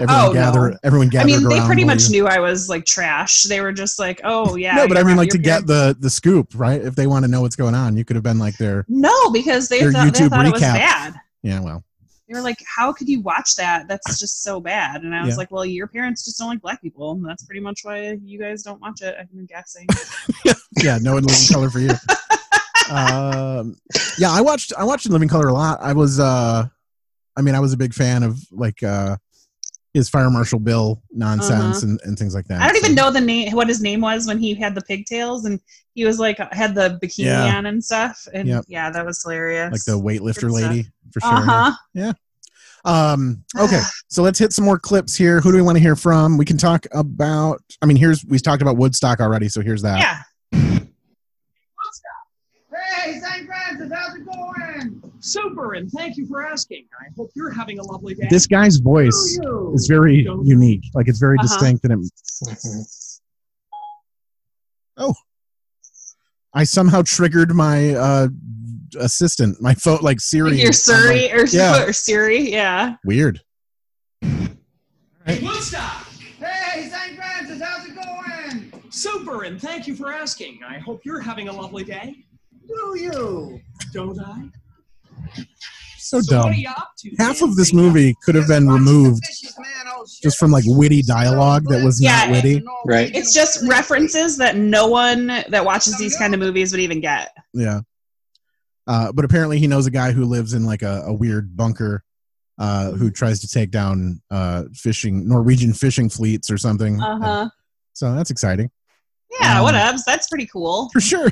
Speaker 2: Oh, no.
Speaker 1: gather. Everyone
Speaker 2: i
Speaker 1: gathered.
Speaker 2: mean they
Speaker 1: around
Speaker 2: pretty
Speaker 1: while
Speaker 2: much
Speaker 1: you-
Speaker 2: knew i was like trash they were just like oh yeah
Speaker 1: no, but I
Speaker 2: you're
Speaker 1: mean,
Speaker 2: not-
Speaker 1: like to
Speaker 2: your
Speaker 1: get the the scoop, right? If they want to know what's going on, you could have been like their
Speaker 2: parents- no because they
Speaker 1: your
Speaker 2: thought, they
Speaker 1: YouTube
Speaker 2: thought it was
Speaker 1: recap.
Speaker 2: bad
Speaker 1: yeah. Well,
Speaker 2: they were like how could you watch that that's just so bad and i was
Speaker 1: Yeah.
Speaker 2: like well your parents just don't like black people and that's pretty much why you guys don't watch it i'm guessing
Speaker 1: yeah, no one living color for you. um, yeah, I watched I watched In Living Color a lot. I was, uh I mean, I was a big fan of like uh his fire marshal Bill nonsense and, and things like that.
Speaker 2: Uh-huh. I don't even
Speaker 1: So-
Speaker 2: know the name, what his name was when he had the pigtails and he was like uh, had the bikini
Speaker 1: Yeah.
Speaker 2: on and stuff. And
Speaker 1: Yep.
Speaker 2: yeah, that was hilarious.
Speaker 1: Like the weightlifter
Speaker 2: Good stuff.
Speaker 1: lady for sure.
Speaker 2: uh huh.
Speaker 1: Um, okay, so let's hit some more clips here. Who do we want to hear from? We can talk about. I mean, here's we talked about Woodstock already, so here's that.
Speaker 2: Yeah.
Speaker 5: Hey, St. Francis, how's it going?
Speaker 4: Super, and thank you for asking. I hope you're having a lovely day.
Speaker 1: This guy's voice.
Speaker 2: Oh,
Speaker 4: Do you?
Speaker 1: It's very
Speaker 4: Don't-
Speaker 1: unique. Like it's very
Speaker 2: Uh-huh.
Speaker 1: distinct, and it, I somehow triggered my uh, assistant, my phone, like Siri.
Speaker 2: Your Surrey or,
Speaker 1: yeah.
Speaker 2: or Siri, yeah.
Speaker 1: Weird.
Speaker 4: Woodstock!
Speaker 5: Hey, St. Francis, how's it going?
Speaker 4: Super, and thank you for asking. I hope you're having a lovely day.
Speaker 5: Do you?
Speaker 4: Don't I?
Speaker 1: So
Speaker 4: What
Speaker 1: dumb.
Speaker 4: are you up to?
Speaker 1: Half
Speaker 4: Dan?
Speaker 1: of this movie could have been removed just from like witty dialogue that was not
Speaker 2: Yeah.
Speaker 1: witty.
Speaker 3: Right.
Speaker 2: It's just references that no one that watches these kind of movies would even get.
Speaker 1: Yeah. Uh, but apparently he knows a guy who lives in like a, a weird bunker uh, who tries to take down uh, fishing Norwegian fishing fleets or something.
Speaker 2: Uh huh.
Speaker 1: So that's exciting.
Speaker 2: Yeah,
Speaker 1: Um,
Speaker 2: what whatevs. That's pretty cool.
Speaker 1: for sure.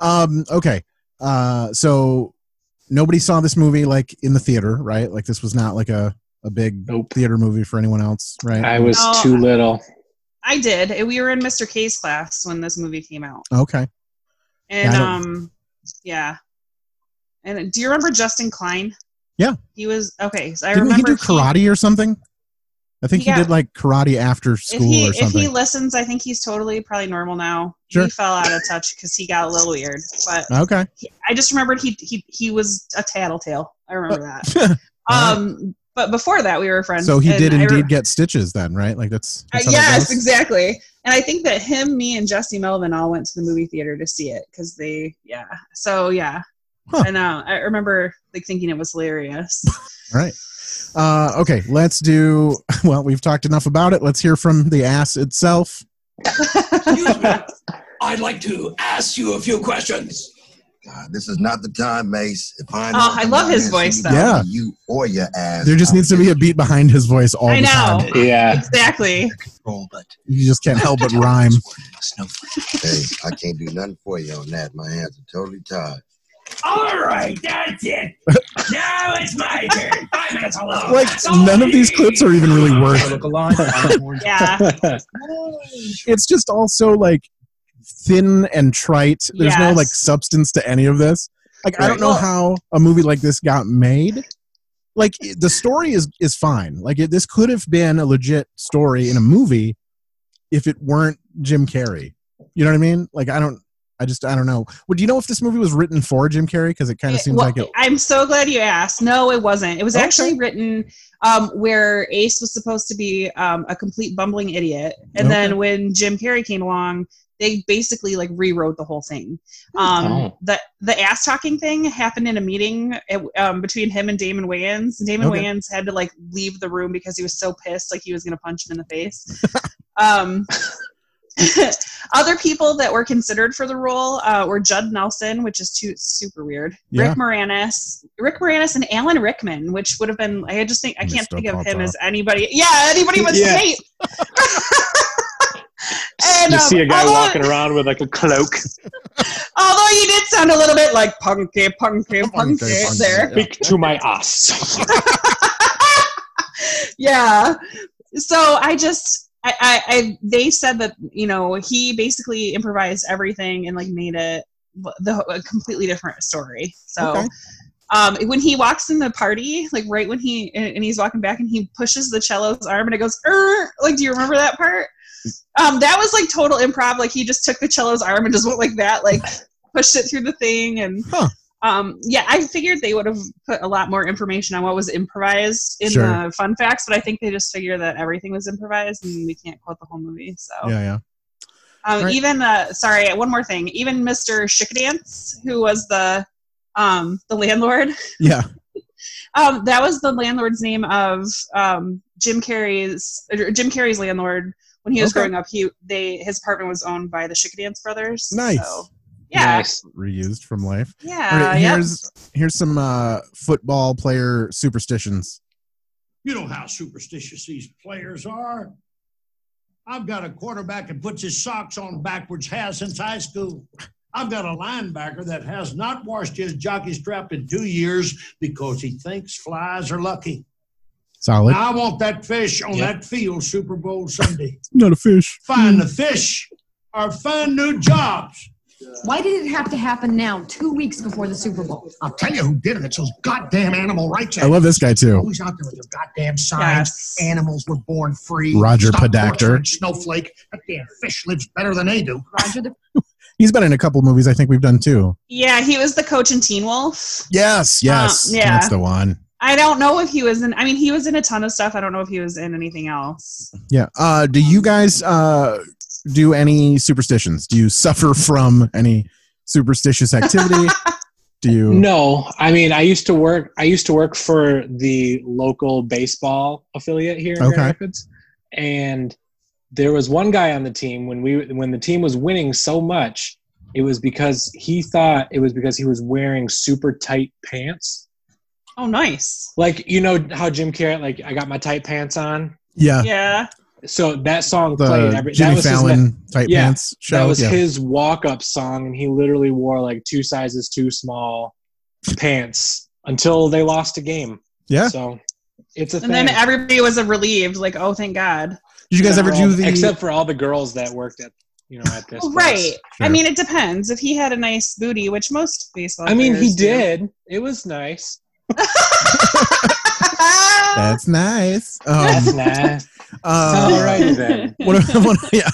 Speaker 1: um, okay. Uh, so nobody saw this movie like in the theater, right? Like this was not like a, a big
Speaker 3: Nope.
Speaker 1: theater movie for anyone else, right?
Speaker 3: I was
Speaker 2: No.
Speaker 3: too little.
Speaker 2: I did. We were in Mr. K's class when this movie came out.
Speaker 1: okay.
Speaker 2: And
Speaker 1: Got it.
Speaker 2: um yeah. And do you remember Justin Klein?
Speaker 1: Yeah.
Speaker 2: He was okay, so I
Speaker 1: Didn't he
Speaker 2: remember
Speaker 1: do karate or something? I think
Speaker 2: Yeah.
Speaker 1: he did like karate after
Speaker 2: if
Speaker 1: school
Speaker 2: he
Speaker 1: or
Speaker 2: if he
Speaker 1: something.
Speaker 2: listens, I think he's totally probably normal now.
Speaker 1: Sure.
Speaker 2: He fell out of touch because he got a little weird. But
Speaker 1: okay.
Speaker 2: he, I just remembered he he he was a tattletale. I remember that.
Speaker 1: Alright.
Speaker 2: Um but before that we were friends.
Speaker 1: so he
Speaker 2: and
Speaker 1: did
Speaker 2: I re-
Speaker 1: indeed get stitches then, right? Like that's,
Speaker 2: Uh,
Speaker 1: that's how that
Speaker 2: yes,
Speaker 1: goes?
Speaker 2: exactly. And I think that him, me, and Jesse Melvin all went to the movie theater to see it because they, yeah. So yeah,
Speaker 1: Huh.
Speaker 2: I know. I remember like thinking it was hilarious.
Speaker 1: All right. Uh, okay, let's do. Well, we've talked enough about it. Let's hear from the ass itself.
Speaker 4: Excuse me. I'd like to ask you a few questions.
Speaker 8: God, this is not the time, Mace. If I know
Speaker 2: Oh, I
Speaker 8: I'm
Speaker 2: love
Speaker 8: not
Speaker 2: his
Speaker 8: gonna
Speaker 2: voice,
Speaker 8: see
Speaker 2: though.
Speaker 1: Yeah.
Speaker 8: You or your ass.
Speaker 1: There just
Speaker 8: I'll
Speaker 1: needs to be a
Speaker 8: get
Speaker 1: beat behind his voice all
Speaker 2: I
Speaker 1: the
Speaker 2: know.
Speaker 1: time.
Speaker 3: Yeah.
Speaker 2: exactly.
Speaker 8: control, but
Speaker 1: You just can't help but rhyme.
Speaker 8: hey, I can't do nothing for you on that. My hands are totally tied.
Speaker 4: All right, that's it. now it's my turn. Five minutes alone.
Speaker 1: Like none of these clips are even really worth it.
Speaker 2: Yeah.
Speaker 1: It's just also like thin and trite. There's no
Speaker 2: Yes.
Speaker 1: like substance to any of this. Like I don't
Speaker 3: Right.
Speaker 1: know how a movie like this got made. Like it- the story is is fine. Like it, this could have been a legit story in a movie if it weren't Jim Carrey. You know what I mean? Like I don't. I just I don't know. Would you know if this movie was written for Jim Carrey? Because it kind of
Speaker 2: It-
Speaker 1: seems
Speaker 2: Eh, well,
Speaker 1: like it.
Speaker 2: I'm so glad you asked. No, it wasn't. It was
Speaker 1: Okay.
Speaker 2: actually written um, where Ace was supposed to be um, a complete bumbling idiot, and
Speaker 1: Okay.
Speaker 2: then when Jim Carrey came along, they basically like rewrote the whole thing. Um,
Speaker 3: Oh.
Speaker 2: The the ass talking thing happened in a meeting at- um, between him and Damon Wayans. Damon
Speaker 1: Okay.
Speaker 2: Wayans had to like leave the room because he was so pissed, like he was gonna punch him in the face. um, other people that were considered for the role uh, were Judd Nelson, which is too super weird.
Speaker 1: Yeah.
Speaker 2: Rick Moranis, Rick Moranis, and Alan Rickman, which would have been. I just think I can't
Speaker 1: Messed up
Speaker 2: think of
Speaker 1: all
Speaker 2: him
Speaker 1: top.
Speaker 2: as anybody. Yeah, anybody but
Speaker 3: Yeah.
Speaker 2: Snape. and
Speaker 3: you
Speaker 2: um,
Speaker 3: see a guy
Speaker 2: although,
Speaker 3: walking around with like a cloak.
Speaker 2: although you did sound a little bit like punky, punky, punky,
Speaker 1: punky.
Speaker 2: there.
Speaker 1: Yeah.
Speaker 3: Speak to my ass.
Speaker 2: yeah. So I just I, I I they said that you know he basically improvised everything and like made it the a completely different story. So.
Speaker 1: Okay.
Speaker 2: Um, when he walks in the party, like right when he and and he's walking back, and he pushes the cello's arm, and it goes, "Err!" like, do you remember that part? Um, that was like total improv. Like he just took the cello's arm and just went like that, like pushed it through the thing, and
Speaker 1: Huh.
Speaker 2: um, yeah, I figured they would have put a lot more information on what was improvised in
Speaker 1: Sure.
Speaker 2: the fun facts, but I think they just figure that everything was improvised and we can't quote the whole movie. So
Speaker 1: Yeah, yeah.
Speaker 2: um,
Speaker 1: Right.
Speaker 2: even uh, sorry, one more thing. Even Mr. Shickadance, who was the um, the landlord,
Speaker 1: Yeah.
Speaker 2: um, that was the landlord's name of um, Jim Carrey's or Jim Carrey's landlord when he was
Speaker 1: Okay.
Speaker 2: growing up. He they his apartment was owned by the Shickadance brothers.
Speaker 1: Nice.
Speaker 2: So, yeah.
Speaker 3: Nice.
Speaker 1: Reused from life. All
Speaker 2: Yeah.
Speaker 1: right,
Speaker 2: yep.
Speaker 1: here's here's some uh, football player superstitions.
Speaker 5: You know how superstitious these players are. I've got a quarterback that puts his socks on backwards, has since high school. I've got a linebacker that has not washed his jockey strap in two years because he thinks flies are lucky.
Speaker 1: Solid.
Speaker 5: I want that fish on
Speaker 3: Yeah.
Speaker 5: that field Super Bowl Sunday.
Speaker 1: Not a fish.
Speaker 5: find the fish or find new jobs.
Speaker 9: Why did it have to happen now, two weeks before the Super Bowl?
Speaker 10: I'll tell you who did it. It's those goddamn animal rights.
Speaker 1: I love this guy too.
Speaker 10: Always out there with their goddamn signs. Animals were born free.
Speaker 1: Roger
Speaker 10: Stop
Speaker 1: Podactor.
Speaker 10: torturing Snowflake. That damn fish lives better than they do.
Speaker 9: Roger the
Speaker 1: He's been in a couple movies I think we've done too.
Speaker 2: Yeah, he was the coach in Teen Wolf.
Speaker 1: Yes, yes.
Speaker 2: Um, yeah.
Speaker 1: That's the one.
Speaker 2: I don't know if he was in. I mean, he was in a ton of stuff. I don't know if he was in anything else.
Speaker 1: Yeah. Uh, do you guys uh, do any superstitions? Do you suffer from any superstitious activity? do you?
Speaker 3: No, I mean I used to work. I used to work for the local baseball affiliate here in Grand
Speaker 1: Okay.
Speaker 3: Rapids, and there was one guy on the team when we when the team was winning so much, it was because he thought it was because he was wearing super tight pants.
Speaker 2: Oh, nice.
Speaker 3: Like you know how Jim Carrey, like I got my tight pants on.
Speaker 1: Yeah.
Speaker 2: Yeah.
Speaker 3: So that song played.
Speaker 1: The
Speaker 3: Every,
Speaker 1: Jimmy
Speaker 3: that was his ne-
Speaker 1: Fallon tight
Speaker 3: Yeah,
Speaker 1: pants show.
Speaker 3: that was
Speaker 1: yeah.
Speaker 3: his walk-up song, and he literally wore like two sizes too small pants until they lost a game.
Speaker 1: Yeah.
Speaker 3: So it's a
Speaker 2: And
Speaker 3: thing.
Speaker 2: then everybody was uh, relieved, like, oh, thank God.
Speaker 1: Did you guys ever
Speaker 3: Except for
Speaker 1: do
Speaker 3: all-
Speaker 1: the?
Speaker 3: Except for all the girls that worked at you know at this.
Speaker 2: Oh,
Speaker 3: place.
Speaker 2: right. I
Speaker 1: Sure.
Speaker 2: mean, it depends. If he had a nice booty, which most baseball.
Speaker 3: I mean, he
Speaker 2: players do.
Speaker 3: did. It was nice.
Speaker 1: that's nice. Um,
Speaker 3: That's nice.
Speaker 1: uh,
Speaker 3: Alrighty then.
Speaker 1: what, what, yeah.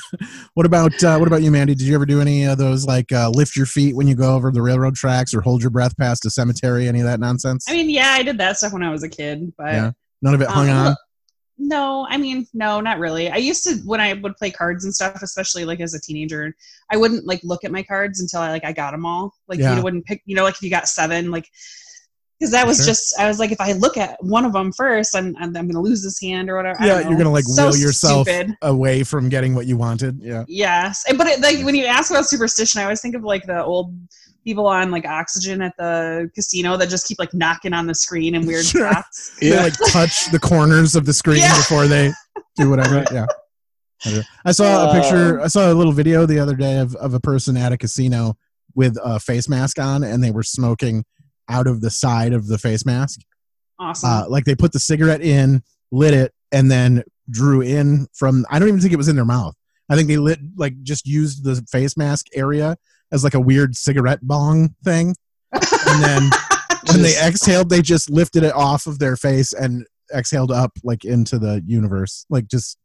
Speaker 1: what about uh, what about you, Mandy? Did you ever do any of those like uh, lift your feet when you go over the railroad tracks or hold your breath past a cemetery? Any of that nonsense?
Speaker 2: I mean, yeah, I did that stuff when I was a kid, but
Speaker 1: Yeah. None of it hung
Speaker 2: Um,
Speaker 1: on.
Speaker 2: no, I mean, no, not really. I used to when I would play cards and stuff, especially like as a teenager, I wouldn't like look at my cards until I like I got them all. Like
Speaker 1: Yeah.
Speaker 2: you wouldn't pick, you know, like if you got seven, like because that was
Speaker 1: Sure.
Speaker 2: just I was like, if I look at one of them first, I'm I'm, I'm gonna lose this hand or whatever. I
Speaker 1: yeah,
Speaker 2: don't
Speaker 1: you're
Speaker 2: know.
Speaker 1: gonna like
Speaker 2: So
Speaker 1: will yourself
Speaker 2: stupid.
Speaker 1: away from getting what you wanted. Yeah.
Speaker 2: Yes, And- but it, like when you ask about superstition, I always think of like the old people on like oxygen at the casino that just keep like knocking on the screen in weird
Speaker 1: Sure.
Speaker 2: spots.
Speaker 1: They
Speaker 3: Yeah.
Speaker 1: like touch the corners of the screen
Speaker 2: Yeah.
Speaker 1: before they do whatever. Yeah. I saw a
Speaker 2: Um,
Speaker 1: picture. I saw a little video the other day of, of a person at a casino with a face mask on, and they were smoking out of the side of the face mask.
Speaker 2: Awesome.
Speaker 1: uh, like they put the cigarette in, lit it, and then drew in from. I don't even think it was in their mouth. I think they lit like just used the face mask area as like a weird cigarette bong thing, and then when they
Speaker 3: Just-
Speaker 1: exhaled, they just lifted it off of their face and exhaled up like into the universe, like just.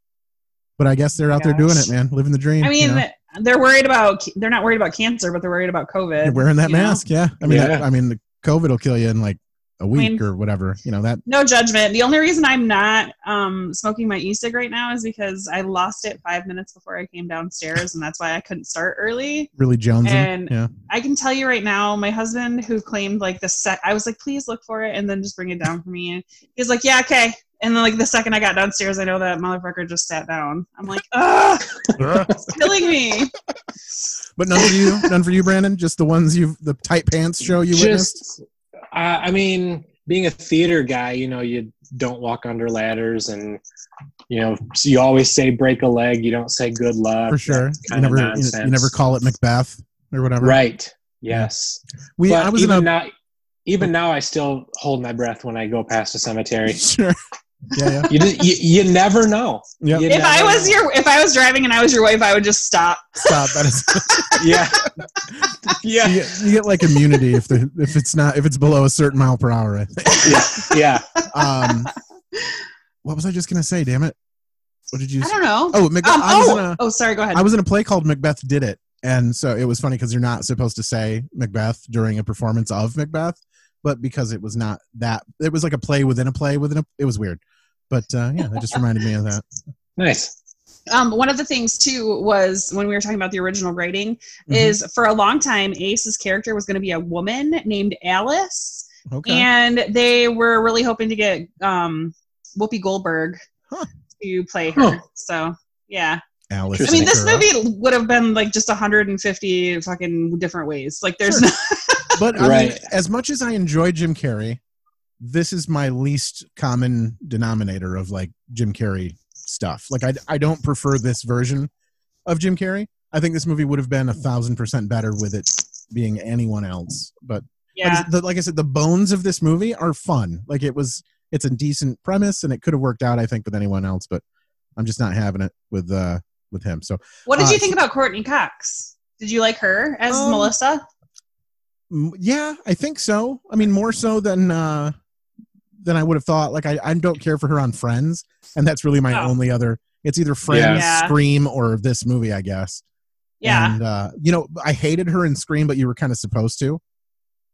Speaker 1: But I guess they're out there doing
Speaker 2: Gosh.
Speaker 1: it, man, living the dream.
Speaker 2: I
Speaker 1: you
Speaker 2: mean, uh,
Speaker 1: know?
Speaker 2: they're worried about they're not worried about cancer, but they're worried about COVID.
Speaker 1: You're wearing that
Speaker 2: you know?
Speaker 1: mask, yeah. I mean, that,
Speaker 3: Yeah.
Speaker 1: I mean, the COVID will kill you in like a week
Speaker 2: mean-
Speaker 1: or whatever. You know that.
Speaker 2: No judgment. The only reason I'm not um, smoking my e-cig right now is because I lost it five minutes before I came downstairs, and that's why I couldn't start early.
Speaker 1: Really Jones.
Speaker 2: And-
Speaker 1: yeah.
Speaker 2: I can tell you right now, my husband who claimed like the sec, I was like, please look for it and then just bring it down for me. And he was like, yeah, okay. And then like the second I got downstairs, I know that motherfucker just sat down. I'm like, ugh, it's killing me.
Speaker 1: But none for you, none for you, Brandon. Just the ones you, the tight pants show you witnessed.
Speaker 3: just uh, i mean being a theater guy you know you don't walk under ladders and you know so you always say break a leg you don't say good luck
Speaker 1: for sure.
Speaker 3: that
Speaker 1: You
Speaker 3: kind of
Speaker 1: never, you,
Speaker 3: nonsense.
Speaker 1: you never call it Macbeth or whatever.
Speaker 3: right yes
Speaker 1: We,
Speaker 3: but
Speaker 1: I was in
Speaker 3: even
Speaker 1: a
Speaker 3: now even now i still hold my breath when i go past a cemetery
Speaker 1: sure. Yeah, yeah,
Speaker 3: you, just, you, you never know
Speaker 1: Yep.
Speaker 3: You
Speaker 2: If I
Speaker 3: never
Speaker 2: was
Speaker 3: know.
Speaker 2: your, if I was driving and I was your wife, I would just stop.
Speaker 1: Stop. That is,
Speaker 3: yeah
Speaker 1: you,
Speaker 3: yeah
Speaker 1: get, you get like immunity if the if it's not if it's below a certain mile per hour. I think.
Speaker 3: yeah yeah
Speaker 1: Um, what was I just gonna say? Damn it! What did you?
Speaker 2: I
Speaker 1: Say?
Speaker 2: don't know.
Speaker 1: Oh, Macbeth.
Speaker 2: um,
Speaker 1: I was in
Speaker 2: oh,
Speaker 1: a
Speaker 2: oh, sorry. Go ahead.
Speaker 1: I was in a play called Macbeth Did It, and so it was funny because you're not supposed to say Macbeth during a performance of Macbeth, but because it was not that, it was like a play within a play within a. It was weird, but uh, yeah, that just reminded me of that.
Speaker 3: nice
Speaker 2: um, one of the things too was when we were talking about the original writing
Speaker 1: Mm-hmm.
Speaker 2: is for a long time Ace's character was going to be a woman named Alice,
Speaker 1: Okay.
Speaker 2: and they were really hoping to get um, Whoopi Goldberg
Speaker 1: Huh.
Speaker 2: to play her.
Speaker 1: Oh.
Speaker 3: Huh.
Speaker 2: So yeah,
Speaker 1: Alice.
Speaker 2: I mean, this
Speaker 1: Ventura.
Speaker 2: movie would have been like just 150 fucking different ways. Like, there's
Speaker 1: Sure. But I mean,
Speaker 3: Right.
Speaker 1: as much as I enjoy Jim Carrey, this is my least common denominator of like Jim Carrey stuff. Like I, I don't prefer this version of Jim Carrey. I think this movie would have been a thousand percent better with it being anyone else. But like, I
Speaker 2: yeah,
Speaker 1: s- the, like I said, the bones of this movie are fun. Like it was, it's a decent premise, and it could have worked out, I think, with anyone else. But I'm just not having it with uh with him. So
Speaker 2: what did
Speaker 1: uh,
Speaker 2: you think about Courtney Cox? Did you like her as
Speaker 1: Um,
Speaker 2: Melissa?
Speaker 1: M- yeah, I think so. I mean, more so than uh, than I would have thought. Like, I, I don't care for her on Friends, and that's really my
Speaker 2: Oh.
Speaker 1: only other. It's either Friends,
Speaker 2: Yeah.
Speaker 1: Scream, or this movie, I guess.
Speaker 2: Yeah.
Speaker 1: And uh, you know, I hated her in Scream, but you were kind of supposed to.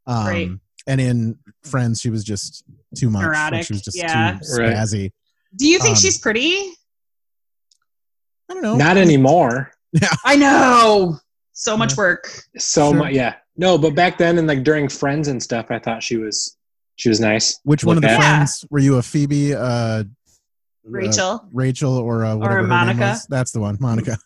Speaker 1: Um,
Speaker 2: Right.
Speaker 1: And in Friends, she was just too much. Like,
Speaker 2: Neurotic,
Speaker 1: she was just
Speaker 2: yeah.
Speaker 1: too
Speaker 3: Right.
Speaker 1: spazzy.
Speaker 2: Do you think
Speaker 1: Um,
Speaker 2: she's pretty?
Speaker 1: I don't know.
Speaker 3: Not anymore.
Speaker 2: I know. So much
Speaker 1: Yeah.
Speaker 2: work.
Speaker 3: So
Speaker 1: Sure.
Speaker 3: much, yeah. No, but back then and like during Friends and stuff, I thought she was she was nice.
Speaker 1: Which one of
Speaker 3: Like
Speaker 1: the
Speaker 3: that.
Speaker 2: Yeah.
Speaker 1: friends were you? A Phoebe, uh,
Speaker 2: Rachel.
Speaker 1: Rachel, or uh, whatever her name
Speaker 2: Monica.
Speaker 1: was? That's the one, Monica.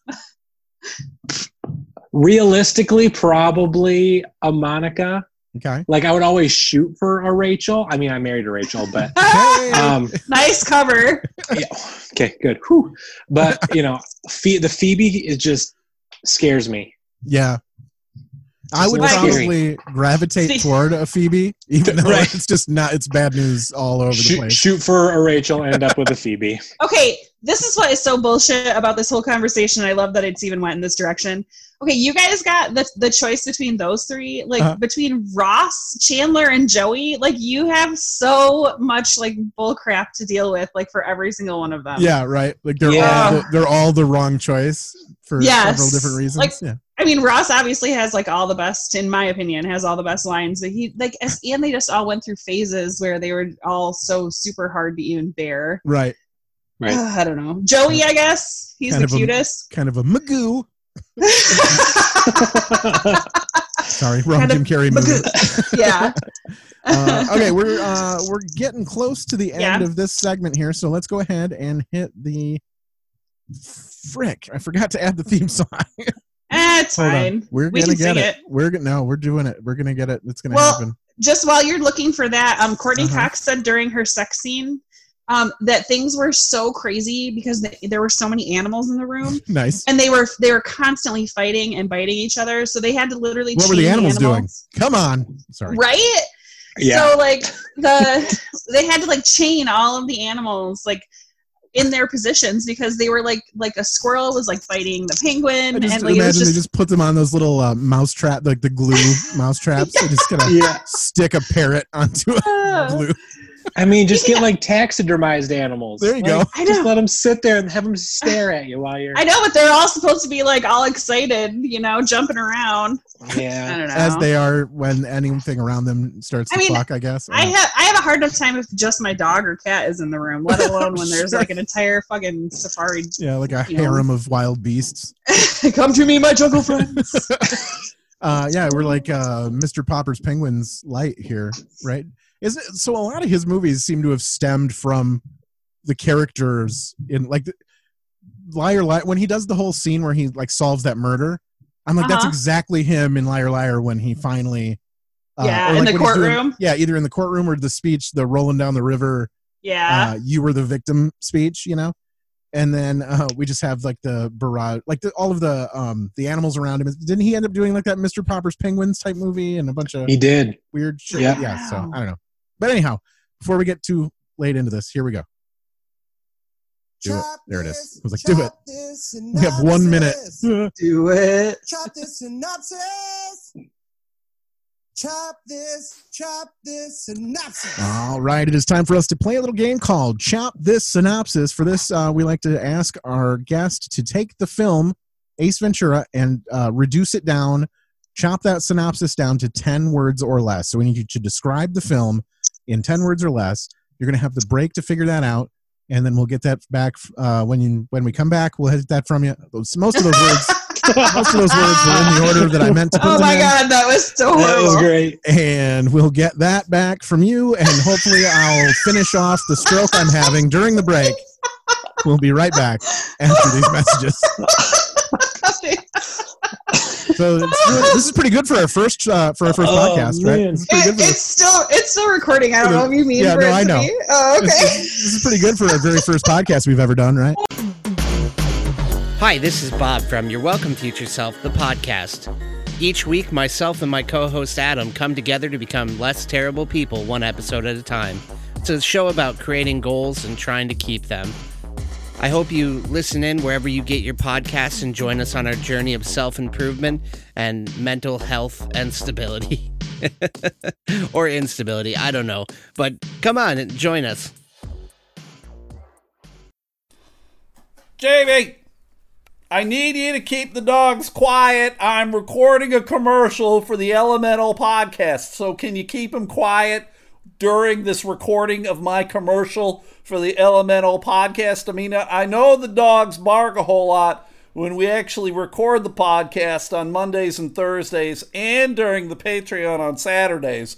Speaker 3: Realistically, probably a Monica.
Speaker 1: Okay.
Speaker 3: Like I would always shoot for a Rachel. I mean, I married a Rachel, but um,
Speaker 2: nice cover.
Speaker 3: yeah. okay, good. Whew. But you know, Phe- the Phoebe is just scares me.
Speaker 1: Yeah. I
Speaker 3: Just
Speaker 1: would
Speaker 2: like-
Speaker 1: probably gravitate
Speaker 2: See-
Speaker 1: toward a Phoebe, even though
Speaker 3: Right.
Speaker 1: it's just not, it's bad news all over the
Speaker 3: Shoot,
Speaker 1: place.
Speaker 3: shoot for a Rachel, end up with a Phoebe.
Speaker 2: Okay, this is what is so bullshit about this whole conversation. I love that it's even went in this direction. Okay, you guys got the the choice between those three, like
Speaker 1: Uh-huh.
Speaker 2: between Ross, Chandler, and Joey. Like you have so much like bull crap to deal with, like for every single one of them.
Speaker 1: Yeah, right. Like they're
Speaker 3: Yeah.
Speaker 1: all the, they're all the wrong choice for
Speaker 2: Yes.
Speaker 1: several different reasons.
Speaker 2: Like-
Speaker 1: yeah.
Speaker 2: I mean, Ross obviously has like all the best, in my opinion, has all the best lines. But he like, as, and they just all went through phases where they were all so super hard to even bear.
Speaker 1: Right.
Speaker 3: Right.
Speaker 2: I don't know. Joey, I guess he's
Speaker 1: Kind
Speaker 2: the
Speaker 1: of a-
Speaker 2: cutest.
Speaker 1: Kind of a magoo. Sorry, wrong
Speaker 2: Kind of
Speaker 1: Jim Carrey movie.
Speaker 2: yeah.
Speaker 1: Uh, okay, we're uh, we're getting close to the end
Speaker 2: Yeah.
Speaker 1: of this segment here, so let's go ahead and hit the frick. I forgot to add the theme song.
Speaker 2: Eh, it's
Speaker 1: Hold on.
Speaker 2: fine.
Speaker 1: We're
Speaker 2: We
Speaker 1: gonna
Speaker 2: can
Speaker 1: get
Speaker 2: sing
Speaker 1: it.
Speaker 2: it.
Speaker 1: We're gonna no, we're doing it. We're gonna get it. It's gonna
Speaker 2: Well,
Speaker 1: happen.
Speaker 2: Just while you're looking for that, um, Courtney
Speaker 1: Uh-huh.
Speaker 2: Cox said during her sex scene um, that things were so crazy because th- there were so many animals in the room,
Speaker 1: Nice.
Speaker 2: and they were they were constantly fighting and biting each other. So they had to literally
Speaker 1: What were the
Speaker 2: chain
Speaker 1: animals doing? Come on. Sorry.
Speaker 2: Right?
Speaker 3: Yeah.
Speaker 2: So like the they had to like chain all of the animals like in their positions because they were like like a squirrel was like biting the penguin
Speaker 1: I just
Speaker 2: and like it
Speaker 1: imagine
Speaker 2: was
Speaker 1: they
Speaker 2: just
Speaker 1: just put them on those little uh, mouse trap, like the glue mouse traps. They're just gonna
Speaker 3: yeah.
Speaker 1: stick a parrot onto a
Speaker 2: oh,
Speaker 1: glue.
Speaker 3: I mean, just get like taxidermized animals.
Speaker 1: There you
Speaker 3: Like,
Speaker 1: go.
Speaker 2: I
Speaker 3: Just
Speaker 2: know.
Speaker 3: let them sit there and have them stare at you while you're.
Speaker 2: I know, but they're all supposed to be like all excited, you know, jumping around. I
Speaker 3: Yeah.
Speaker 2: don't know.
Speaker 1: As they are when anything around them starts to
Speaker 2: I mean,
Speaker 1: cluck, I guess.
Speaker 2: I have I have a hard enough time if just my dog or cat is in the room, let alone when there's
Speaker 1: Sure.
Speaker 2: like an entire fucking safari.
Speaker 1: yeah, like a
Speaker 2: you know.
Speaker 1: harem of wild beasts.
Speaker 2: Come to me, my jungle friends.
Speaker 1: Uh, yeah, we're like uh, Mr. Popper's Penguins light here, right? Isn't it, so? A lot of his movies seem to have stemmed from the characters in like the, Liar Liar. When he does the whole scene where he like solves that murder, I'm like, that's
Speaker 2: Uh-huh.
Speaker 1: exactly him in Liar Liar when he finally. uh, or,
Speaker 2: Yeah, in
Speaker 1: like,
Speaker 2: the
Speaker 1: when he's doing-
Speaker 2: courtroom.
Speaker 1: yeah, either in the courtroom or the speech, the rolling down the river,
Speaker 2: yeah.
Speaker 1: uh, you were the victim speech, you know? And then uh, we just have like the barrage, like the, all of the um, the animals around him. Didn't he end up doing like that Mr. Popper's Penguins type movie and a bunch of
Speaker 3: He did.
Speaker 1: weird shit?
Speaker 3: Yeah.
Speaker 1: so
Speaker 2: Wow.
Speaker 1: I don't know. But anyhow, before we get too late into this, here we go. Do it. There it is. I was like, do it. We have one minute. Uh,
Speaker 7: Do it.
Speaker 10: Chop this synopsis. Chop this, chop this synopsis.
Speaker 1: All right, it is time for us to play a little game called Chop This Synopsis. For this, uh, we like to ask our guest to take the film Ace Ventura and uh, reduce it down, chop that synopsis down to 10 words or less. So we need you to describe the film in 10 words or less. You're going to have the break to figure that out, and then we'll get that back uh, when you when we come back. We'll hit that from you. Those, most of those words, most of those words were in the order that I meant to put
Speaker 2: oh
Speaker 1: them
Speaker 2: my
Speaker 1: in
Speaker 2: god, that was so horrible.
Speaker 3: That was great.
Speaker 1: and we'll get that back from you and hopefully i'll finish off the stroke i'm having during the break we'll be right back after these messages so it's really- this is pretty good for our first uh, for our first
Speaker 3: Oh,
Speaker 1: podcast right
Speaker 3: man.
Speaker 1: this is pretty
Speaker 2: It,
Speaker 1: good for
Speaker 2: it's still it's still recording. I don't know if you mean
Speaker 1: Yeah,
Speaker 2: for
Speaker 1: no,
Speaker 2: it
Speaker 1: I
Speaker 2: to
Speaker 1: know.
Speaker 2: be. Oh,
Speaker 1: this,
Speaker 2: okay.
Speaker 1: is, this is pretty good for our very first podcast we've ever done right
Speaker 11: Hi, this is Bob from Your Welcome Future Self, the podcast. Each week, myself and my co host Adam come together to become less terrible people one episode at a time. It's a show about creating goals and trying to keep them. I hope you listen in wherever you get your podcasts and join us on our journey of self improvement and mental health and stability. or instability, I don't know. But come on and join us.
Speaker 12: Jamie, I need you to keep the dogs quiet. I'm recording a commercial for the Elemental podcast, so can you keep them quiet during this recording of my commercial for the Elemental podcast? I mean, I know the dogs bark a whole lot when we actually record the podcast on Mondays and Thursdays and during the Patreon on Saturdays.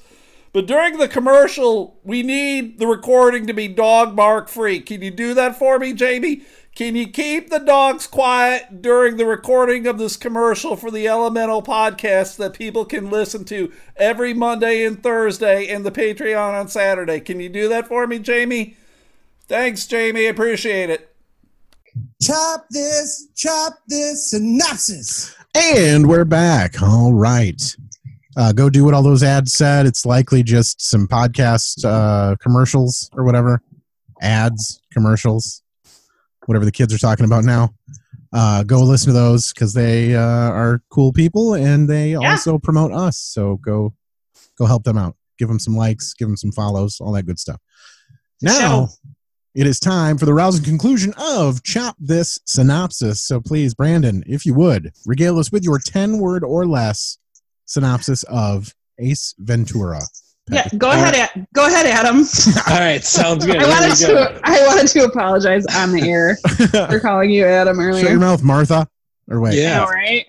Speaker 12: But during the commercial, we need the recording to be dog bark free. Can you do that for me, Jamie? Can you keep the dogs quiet during the recording of this commercial for the Elemental podcast that people can listen to every Monday and Thursday and the Patreon on Saturday? Can you do that for me, Jamie? Thanks, Jamie. Appreciate it.
Speaker 13: Chop this, chop this synopsis.
Speaker 1: And we're back. All right. Uh, go do what all those ads said. It's likely just some podcast uh, commercials or whatever, ads, commercials whatever the kids are talking about now. Uh, go listen to those because they uh, are cool people and they yeah. also promote us. So go go help them out. Give them some likes, give them some follows, all that good stuff. Now it is time for the rousing conclusion of Chop This Synopsis. So please, Brandon, if you would, regale us with your 10 word or less synopsis of Ace Ventura.
Speaker 2: Yeah, go ahead, Ad, go ahead, Adam.
Speaker 3: All right, sounds good.
Speaker 2: I Here wanted to, I wanted to apologize on the air for calling you Adam earlier.
Speaker 1: Shut your mouth, Martha. Or wait,
Speaker 3: yeah,
Speaker 2: all right.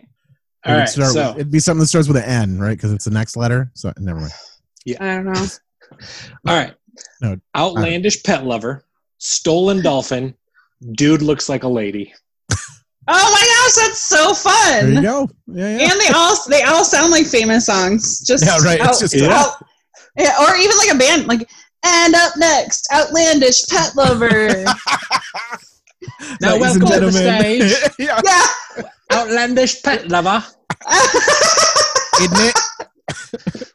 Speaker 3: All right,
Speaker 1: start,
Speaker 3: so
Speaker 1: it'd be something that starts with an N, right? Because it's the next letter. So never mind.
Speaker 3: Yeah,
Speaker 2: I don't know.
Speaker 3: All right.
Speaker 1: No,
Speaker 3: outlandish pet lover, stolen dolphin, dude looks like a lady.
Speaker 2: Oh my gosh, that's so fun!
Speaker 1: There you go. Yeah, yeah.
Speaker 2: And they all they all sound like famous songs. Just
Speaker 1: yeah, right.
Speaker 3: Oh,
Speaker 1: Out, it's just yeah.
Speaker 2: Out, yeah, or even like a band, like and up next, outlandish pet lover.
Speaker 3: now Ladies welcome to the stage.
Speaker 2: yeah. yeah.
Speaker 3: outlandish pet lover.
Speaker 1: Isn't it?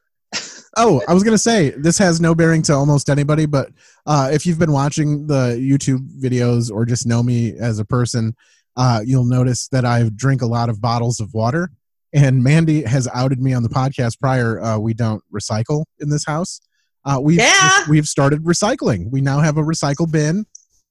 Speaker 1: oh, I was gonna say this has no bearing to almost anybody, but uh, if you've been watching the YouTube videos or just know me as a person, uh, you'll notice that I drink a lot of bottles of water and Mandy has outed me on the podcast prior. Uh, we don't recycle in this house. Uh, we've
Speaker 2: yeah.
Speaker 1: we've started recycling. We now have a recycle bin,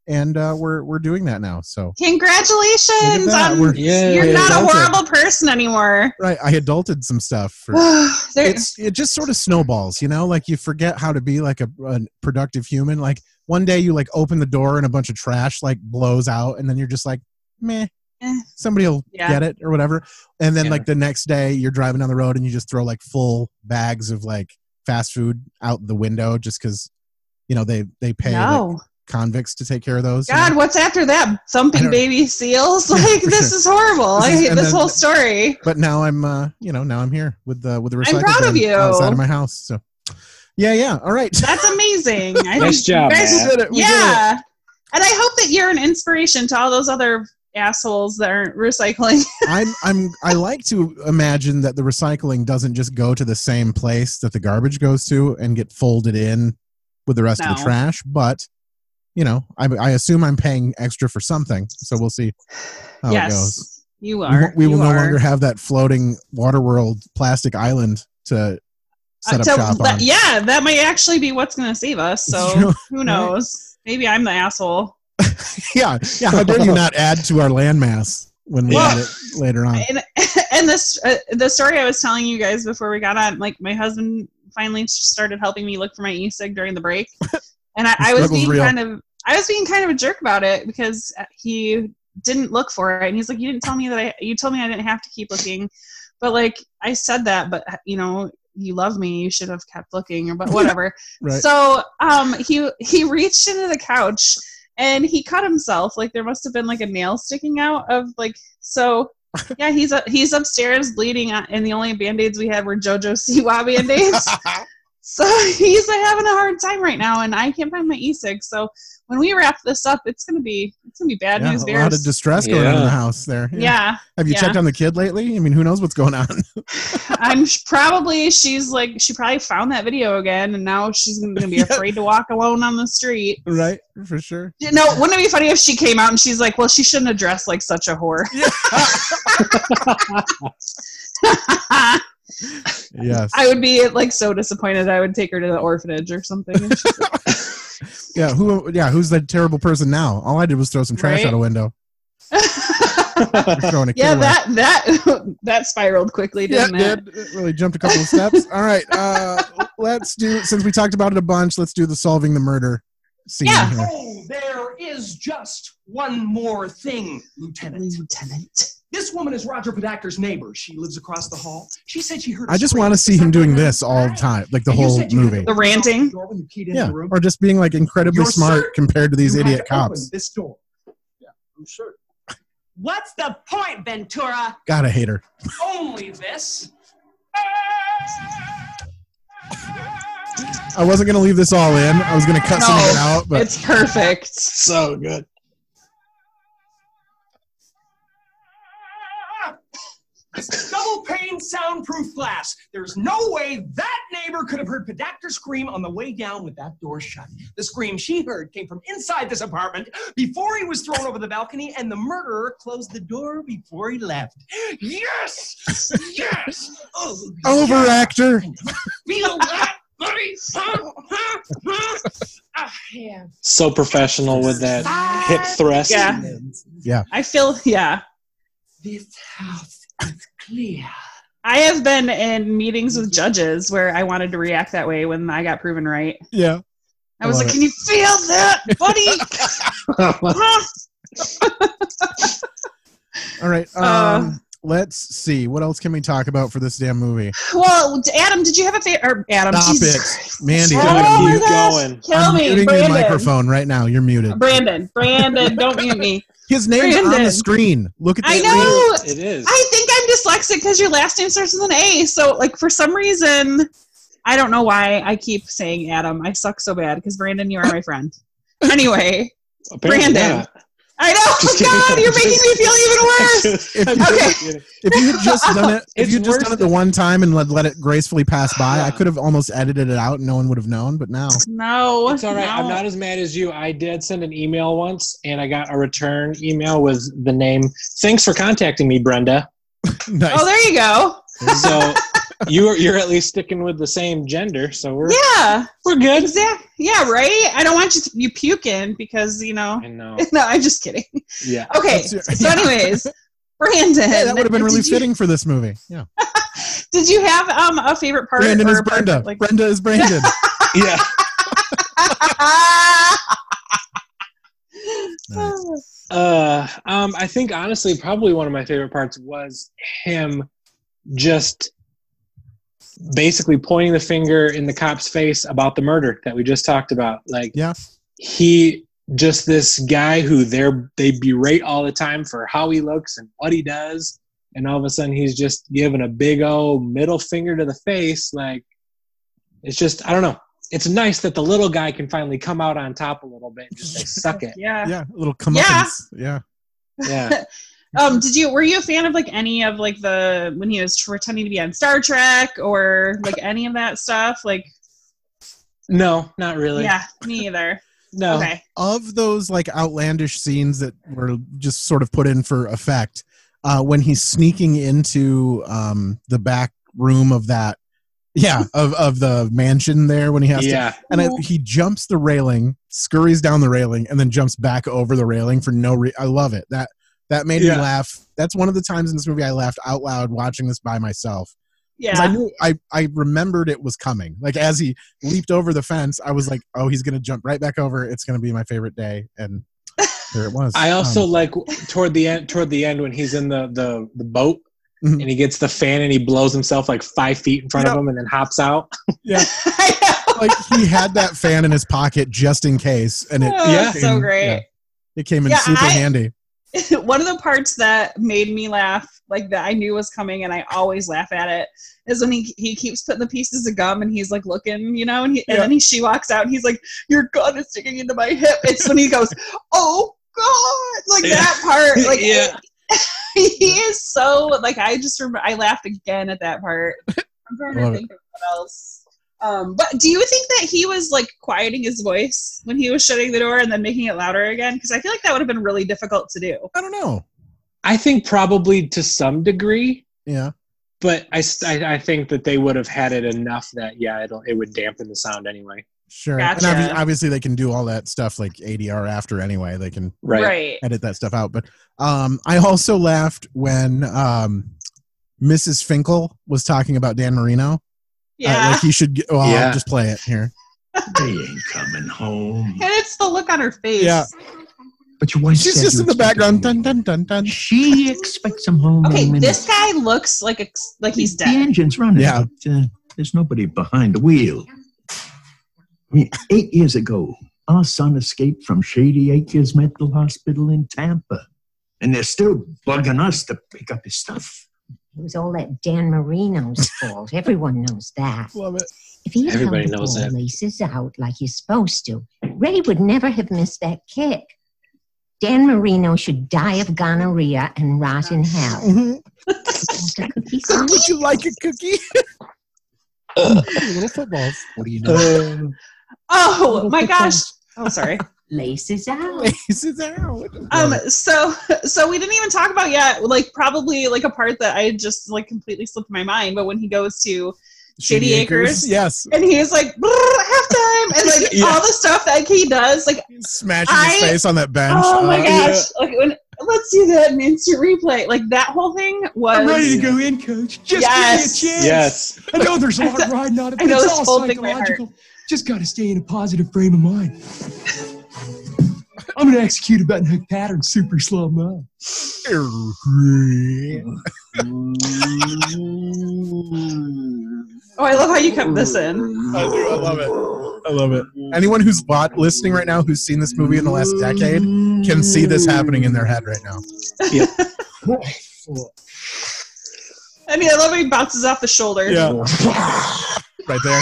Speaker 1: and uh, we're we're doing that now. So
Speaker 2: congratulations on um, yeah, you're yeah, not a horrible it. person anymore.
Speaker 1: Right, I adulted some stuff. For,
Speaker 2: Eh.
Speaker 1: it's it just sort of snowballs, you know. Like you forget how to be like a, a productive human. Like one day you like open the door and a bunch of trash like blows out, and then you're just like, meh
Speaker 2: Eh.
Speaker 1: somebody will yeah. get it or whatever. And then yeah. like the next day you're driving down the road and you just throw like full bags of like fast food out the window just because you know they they pay no. like, convicts to take care of those.
Speaker 2: God,
Speaker 1: you know?
Speaker 2: what's after that? Thumping baby seals? Like this is horrible. this, is, I, this then, whole story.
Speaker 1: But now I'm uh you know now I'm here with the with the
Speaker 2: recycling I'm proud of you.
Speaker 1: outside of my house. So yeah, yeah. All right.
Speaker 2: That's amazing. I
Speaker 3: nice job.
Speaker 2: Guys, yeah. And I hope that you're an inspiration to all those other assholes that aren't recycling.
Speaker 1: I'm I'm I like to imagine that the recycling doesn't just go to the same place that the garbage goes to and get folded in with the rest no. of the trash, but you know, I, I assume I'm paying extra for something, so we'll see how yes, it goes.
Speaker 2: You are.
Speaker 1: We, we
Speaker 2: you
Speaker 1: will
Speaker 2: are.
Speaker 1: no longer have that floating waterworld plastic island to set up uh, so shop
Speaker 2: that,
Speaker 1: on.
Speaker 2: Yeah, that might actually be what's going to save us. So who knows? Right. Maybe I'm the asshole.
Speaker 1: yeah, yeah. How dare you not add to our landmass when we well, add it later on?
Speaker 2: And, and this, uh, the story I was telling you guys before we got on, like my husband finally started helping me look for my e-cig during the break, and I, I was being real. kind of, I was being kind of a jerk about it because uh, he didn't look for it, and he's like, "You didn't tell me that I, you told me I didn't have to keep looking," but like I said that, but uh, you know, you love me you should have kept looking or but whatever
Speaker 1: right.
Speaker 2: so um he he reached into the couch and he cut himself like there must have been like a nail sticking out of like so yeah he's uh, he's upstairs bleeding uh, and the only band-aids we had were jojo siwa band-aids so he's like, having a hard time right now and i can't find my e-cig so when we wrap this up, it's gonna be it's gonna be bad
Speaker 1: Yeah,
Speaker 2: news
Speaker 1: a lot
Speaker 2: bears.
Speaker 1: of distress going on in the house there.
Speaker 2: Yeah,
Speaker 1: Have you
Speaker 2: yeah.
Speaker 1: checked on the kid lately? I mean, who knows what's going on?
Speaker 2: I'm sh- probably she's like she probably found that video again, and now she's gonna be afraid to walk alone on the street.
Speaker 1: right? For sure.
Speaker 2: You know, wouldn't it be funny if she came out and she's like, "Well, she shouldn't have dressed like such a whore."
Speaker 1: Yes.
Speaker 2: I would be like so disappointed. I would take her to the orphanage or something. And she's like,
Speaker 1: Yeah. Who? Yeah. Who's that terrible person now? All I did was throw some trash
Speaker 2: Right?
Speaker 1: out a window. Throwing a kid
Speaker 2: yeah,
Speaker 1: away.
Speaker 2: that that that spiraled quickly,
Speaker 1: Yeah,
Speaker 2: didn't it?
Speaker 1: it did. It really jumped a couple of steps. All right. Uh, let's do. Since we talked about it a bunch, let's do the solving the murder scene. here.
Speaker 4: Oh, there is just one more thing, Lieutenant. Lieutenant. This woman is Roger Podacker's neighbor. She lives across the hall. She said she heard. a
Speaker 1: I just
Speaker 4: scream.
Speaker 1: want to see him doing this all the time, like the
Speaker 4: And you
Speaker 1: whole
Speaker 4: said you had
Speaker 1: movie.
Speaker 4: to-
Speaker 2: ranting.
Speaker 4: Door when you keyed in
Speaker 1: Yeah,
Speaker 4: the room.
Speaker 1: or just being like incredibly
Speaker 4: You're
Speaker 1: smart
Speaker 4: certain
Speaker 1: compared to these
Speaker 4: You
Speaker 1: idiot
Speaker 4: had to open
Speaker 1: cops.
Speaker 4: This door.
Speaker 5: I'm sure.
Speaker 14: What's the point, Ventura?
Speaker 1: God, I hate her.
Speaker 14: Only this.
Speaker 4: Ah!
Speaker 1: I wasn't gonna leave this all in. I was gonna cut some of it out, but
Speaker 2: it's perfect. So
Speaker 3: good.
Speaker 4: This double pane soundproof glass. There's no way that neighbor could have heard Podactor scream on the way down with that door shut. The scream she heard came from inside this apartment before he was thrown over the balcony, and the murderer closed the door before he left. Yes! Yes! Oh,
Speaker 1: over actor.
Speaker 4: feel that, buddy? Huh? Huh? Huh? Ah, yeah.
Speaker 3: So professional with that hip thrust.
Speaker 2: Yeah.
Speaker 1: Yeah.
Speaker 2: I feel yeah.
Speaker 4: This house is clear.
Speaker 2: I have been in meetings with judges where I wanted to react that way when I got proven right.
Speaker 1: Yeah.
Speaker 2: I was
Speaker 1: I love
Speaker 2: like,
Speaker 1: it.
Speaker 2: "Can you feel that, buddy?" Huh?
Speaker 1: All right. Um,
Speaker 2: Uh.
Speaker 1: let's see. What else can we talk about for this damn movie?
Speaker 2: well, Adam, did you have a favorite? Or Adam,
Speaker 1: Stop
Speaker 2: Jesus Christ.
Speaker 1: it, Mandy.
Speaker 2: Oh
Speaker 1: I'm
Speaker 2: my
Speaker 1: mute-
Speaker 2: gosh, Kill
Speaker 1: I'm
Speaker 2: me,
Speaker 1: muting your
Speaker 2: Brandon.
Speaker 1: microphone right now. You're muted.
Speaker 2: Brandon, Brandon, don't mute me.
Speaker 1: His name's on the
Speaker 2: Brandon.
Speaker 1: screen. Look at that.
Speaker 2: I know.
Speaker 3: It is.
Speaker 2: I think I'm dyslexic because your last name starts with an A. So, like, for some reason, I don't know why I keep saying Adam. I suck so bad because Brandon, you are my friend. Anyway,
Speaker 3: Apparently
Speaker 2: Brandon.
Speaker 3: not.
Speaker 2: I know. Oh,
Speaker 3: Just kidding.
Speaker 2: God, you're making me feel even worse.
Speaker 1: If you, if you had just done it, if
Speaker 3: It's
Speaker 1: you had just
Speaker 3: worse
Speaker 1: done it the one time and let, let it gracefully pass by, I could have almost edited it out and no one would have known. But now,
Speaker 2: No,
Speaker 3: it's all right. I'm
Speaker 2: no.
Speaker 3: not as mad as you. I did send an email once, and I got a return email with the name. Thanks for contacting me, Brenda.
Speaker 1: nice.
Speaker 2: Oh, there you go.
Speaker 3: So you're you're at least sticking with the same gender. So we're
Speaker 2: Yeah.
Speaker 3: We're good.
Speaker 2: Exactly. Yeah, right? I don't want you, you puking because, you know.
Speaker 3: I know.
Speaker 2: no, I'm just kidding.
Speaker 3: yeah.
Speaker 2: Okay.
Speaker 1: That's your-
Speaker 2: so, anyways, Brandon.
Speaker 1: Hey, that would have been really
Speaker 2: did you-
Speaker 1: fitting for this movie. Yeah.
Speaker 2: Did you have um a favorite part?
Speaker 1: Brandon
Speaker 2: or
Speaker 1: is
Speaker 2: a part
Speaker 1: Brenda.
Speaker 2: that, like-
Speaker 1: Brenda is Brandon.
Speaker 3: yeah. Uh, um, I think honestly, probably one of my favorite parts was him just basically pointing the finger in the cop's face about the murder that we just talked about. Like,
Speaker 1: yeah,
Speaker 3: he just this guy who they're they berate all the time for how he looks and what he does, and all of a sudden he's just giving a big old middle finger to the face. Like, it's just I don't know. It's nice that the little guy can finally come out on top a little bit and just like suck it.
Speaker 2: Yeah.
Speaker 1: Yeah. A little comeuppance. Yeah.
Speaker 3: Yeah.
Speaker 2: Um, did you were you a fan of like any of like the when he was pretending to be on Star Trek or like any of that stuff? Like
Speaker 3: No, not really.
Speaker 2: yeah, me either.
Speaker 3: No.
Speaker 2: Okay.
Speaker 1: Of those like outlandish scenes that were just sort of put in for effect, uh, when he's sneaking into um, the back room of that, yeah, of, of the mansion there when he has
Speaker 3: Yeah.
Speaker 1: to, and I, he jumps the railing, scurries down the railing, and then jumps back over the railing for no reason. I love it. That that made
Speaker 3: Yeah.
Speaker 1: me laugh. That's one of the times in this movie I laughed out loud watching this by myself. 'Cause I
Speaker 2: Yeah.
Speaker 1: knew I, I remembered it was coming. Like as he leaped over the fence, I was like, "Oh, he's gonna jump right back over. It's gonna be my favorite day." And there it was.
Speaker 3: I also
Speaker 1: Um,
Speaker 3: like toward the end toward the end when he's in the the, the boat
Speaker 1: Mhm.
Speaker 3: and he gets the fan and he blows himself like five feet in front of him and then hops out.
Speaker 1: like he had that fan in his pocket just in case, and it
Speaker 2: Oh,
Speaker 1: yeah,
Speaker 2: so great.
Speaker 1: it came in
Speaker 2: Yeah,
Speaker 1: super
Speaker 2: I-
Speaker 1: handy.
Speaker 2: one of the parts that made me laugh, like that I knew was coming, and I always laugh at it, is when he he keeps putting the pieces of gum, and he's like looking, you know, and, he, and then he, she walks out, and he's like, "Your gun is sticking into my hip." It's when he goes, "Oh God!" Like that part, like
Speaker 15: Yeah.
Speaker 2: he is so like I just remember I laughed again at that part. I'm trying
Speaker 15: Love
Speaker 2: to
Speaker 15: it.
Speaker 2: think of what else. Um, but do you think that he was like quieting his voice when he was shutting the door and then making it louder again? Because I feel like that would have been really difficult to do.
Speaker 1: I don't know.
Speaker 3: I think probably to some degree,
Speaker 1: Yeah.
Speaker 3: but I, st- I, I think that they would have had it enough that yeah, it'll it would dampen the sound anyway.
Speaker 1: Sure.
Speaker 3: Gotcha.
Speaker 1: And obvi- obviously, they can do all that stuff like ADR after anyway. They can
Speaker 3: Right. Right.
Speaker 1: edit that stuff out. But um, I also laughed when um, Mrs. Finkel was talking about Dan Marino. Uh,
Speaker 2: Yeah.
Speaker 1: like he should. Get, well,
Speaker 2: Yeah.
Speaker 1: I'll just play it here.
Speaker 5: They ain't coming home.
Speaker 2: And it's the look on her face.
Speaker 1: Yeah.
Speaker 16: But your wife
Speaker 1: She's
Speaker 16: said
Speaker 1: just
Speaker 16: you
Speaker 1: in the
Speaker 16: expected
Speaker 1: background. Dun, dun, dun, dun.
Speaker 16: She expects him home.
Speaker 2: Okay,
Speaker 5: Mm-hmm.
Speaker 16: any minute.
Speaker 2: this guy looks like ex- like he's
Speaker 16: The
Speaker 2: dead.
Speaker 16: engine's running. Yeah. But, uh, there's nobody behind the wheel. I mean, eight years ago, our son escaped from Shady Acres Mental Hospital in Tampa, and they're still bugging us to pick up his stuff.
Speaker 17: It was all that Dan Marino's fault. Everyone knows that.
Speaker 1: Love it.
Speaker 17: If he had
Speaker 3: Everybody
Speaker 17: held the
Speaker 3: knows
Speaker 17: ball
Speaker 3: that.
Speaker 17: laces out like he's supposed to, Ray would never have missed that kick. Dan Marino should die of gonorrhea and rot in hell.
Speaker 1: Would you like a cookie? little footballs.
Speaker 16: What do you
Speaker 1: know?
Speaker 2: Oh my gosh. Oh, sorry.
Speaker 17: Laces out.
Speaker 1: Laces out.
Speaker 2: Um. So so we didn't even talk about yet. Like probably like a part that I just like completely slipped my mind. But when he goes to Shady, Acres,
Speaker 1: Yes.
Speaker 2: and he's like "Brr, halftime, and like
Speaker 1: Yeah.
Speaker 2: all the stuff that he does, like
Speaker 1: Smashing
Speaker 2: I-
Speaker 1: his face on that bench.
Speaker 2: Oh my
Speaker 1: Uh,
Speaker 2: gosh! Like, when, let's do that in instant replay. Like that whole thing was.
Speaker 10: I'm ready to go in, coach. Just
Speaker 2: Yes.
Speaker 10: give me a chance.
Speaker 3: Yes.
Speaker 10: I know there's a lot riding on it,
Speaker 2: I
Speaker 10: but
Speaker 2: know
Speaker 10: it's
Speaker 2: this
Speaker 10: all
Speaker 2: whole thing might hurt.
Speaker 10: psychological. Just got to stay in a positive frame of mind. I'm going to execute a button hook pattern super slow mo.
Speaker 2: Oh, I love how you kept this in.
Speaker 1: I do. I love it. I love it. Anyone who's bought, listening right now who's seen this movie in the last decade can see this happening in their head right now.
Speaker 2: I mean, I love how he bounces off the shoulder.
Speaker 1: right there.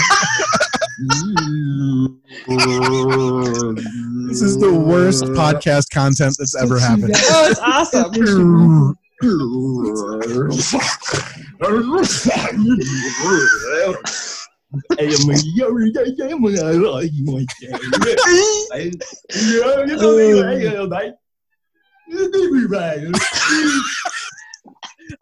Speaker 1: this is the worst podcast content that's ever happened.
Speaker 2: Oh, it's awesome.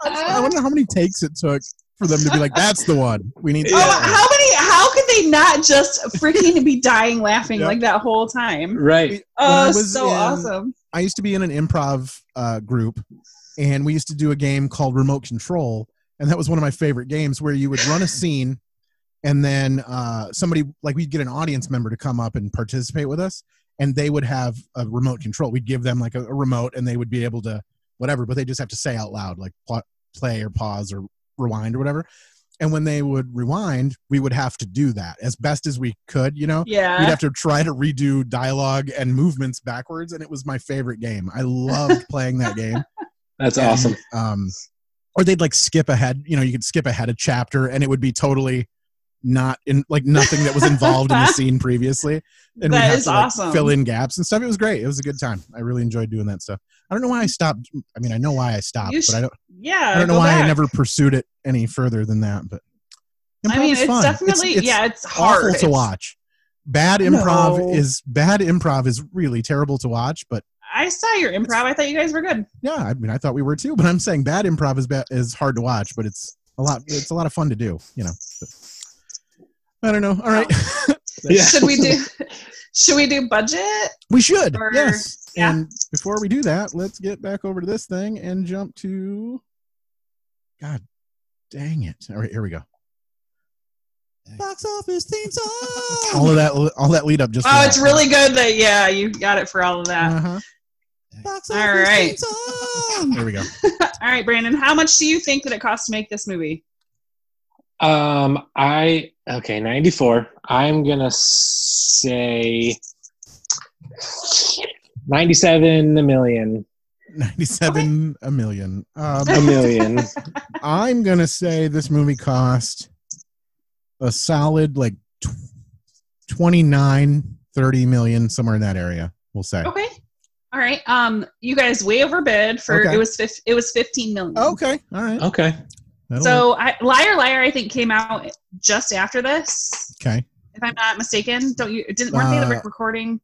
Speaker 1: I wonder how many takes it took for them to be like, "That's the one we need."
Speaker 2: Oh, how many? How could they not just freaking be dying laughing like that whole time?
Speaker 3: Right.
Speaker 1: When I
Speaker 2: Oh,
Speaker 1: was
Speaker 2: so
Speaker 1: in-
Speaker 2: awesome.
Speaker 1: I used to be in an improv uh, group, and we used to do a game called Remote Control, and that was one of my favorite games where you would run a scene, and then uh, somebody like we'd get an audience member to come up and participate with us, and they would have a remote control. We'd give them like a, a remote, and they would be able to whatever, but they just have to say out loud like pl- play or pause or rewind or whatever. And when they would rewind, we would have to do that as best as we could, you know?
Speaker 2: Yeah.
Speaker 1: We'd have to try to redo dialogue and movements backwards. And it was my favorite game. I loved playing that game.
Speaker 3: That's
Speaker 1: And,
Speaker 3: awesome.
Speaker 1: Um, or they'd like skip ahead, you know, you could skip ahead a chapter and it would be totally not in like nothing that was involved in the scene previously. And we'd
Speaker 2: That
Speaker 1: have
Speaker 2: is
Speaker 1: to, like,
Speaker 2: awesome.
Speaker 1: Fill in gaps and stuff. It was great. It was a good time. I really enjoyed doing that stuff. I don't know why I stopped. I mean, I know why I stopped,
Speaker 2: You
Speaker 1: but I
Speaker 2: sh-
Speaker 1: don't.
Speaker 2: yeah,
Speaker 1: I don't know
Speaker 2: go
Speaker 1: why I
Speaker 2: back.
Speaker 1: never pursued it any further than that. But
Speaker 2: I
Speaker 1: improv
Speaker 2: mean,
Speaker 1: is
Speaker 2: it's
Speaker 1: fun.
Speaker 2: definitely yeah, it's hard
Speaker 1: awful to
Speaker 2: It's-
Speaker 1: watch. Bad improv
Speaker 2: No.
Speaker 1: is bad improv is really terrible to watch. But
Speaker 2: I saw your improv. I thought you guys were good.
Speaker 1: yeah, I mean, I thought we were too. But I'm saying bad improv is bad, is hard to watch, but it's a lot. It's a lot of fun to do. You know. I don't know. All right.
Speaker 2: Should we do? Should we do budget?
Speaker 1: We should.
Speaker 2: Or-
Speaker 1: yes.
Speaker 2: yeah.
Speaker 1: And before we do that, let's get back over to this thing and jump to. God, dang it! All right, here we go.
Speaker 13: Box office theme song.
Speaker 1: All of that, all that lead up just. for
Speaker 2: Oh,
Speaker 1: that.
Speaker 2: it's really good that yeah, you got it for all of
Speaker 1: Uh,
Speaker 2: that.
Speaker 13: Box
Speaker 2: All right,
Speaker 1: Uh-huh. There we go.
Speaker 2: all right, Brandon. How much do you think that it cost to make this movie?
Speaker 3: Um, I okay, ninety four. I'm gonna say ninety seven million.
Speaker 1: 97 a million. Um,
Speaker 3: A million.
Speaker 1: I'm going to say this movie cost a solid like tw- 29 30 million somewhere in that area, we'll say.
Speaker 2: Okay. All right. Um, you guys way overbid for
Speaker 1: Okay. Oh,
Speaker 2: it was fif- it was fifteen million.
Speaker 1: Okay. All right.
Speaker 3: Okay.
Speaker 1: That'll
Speaker 2: So I, Liar Liar, I think came out just after this,
Speaker 1: work. okay.
Speaker 2: if I'm not mistaken. Don't you? Didn't weren't they the
Speaker 1: Uh,
Speaker 2: re- recording?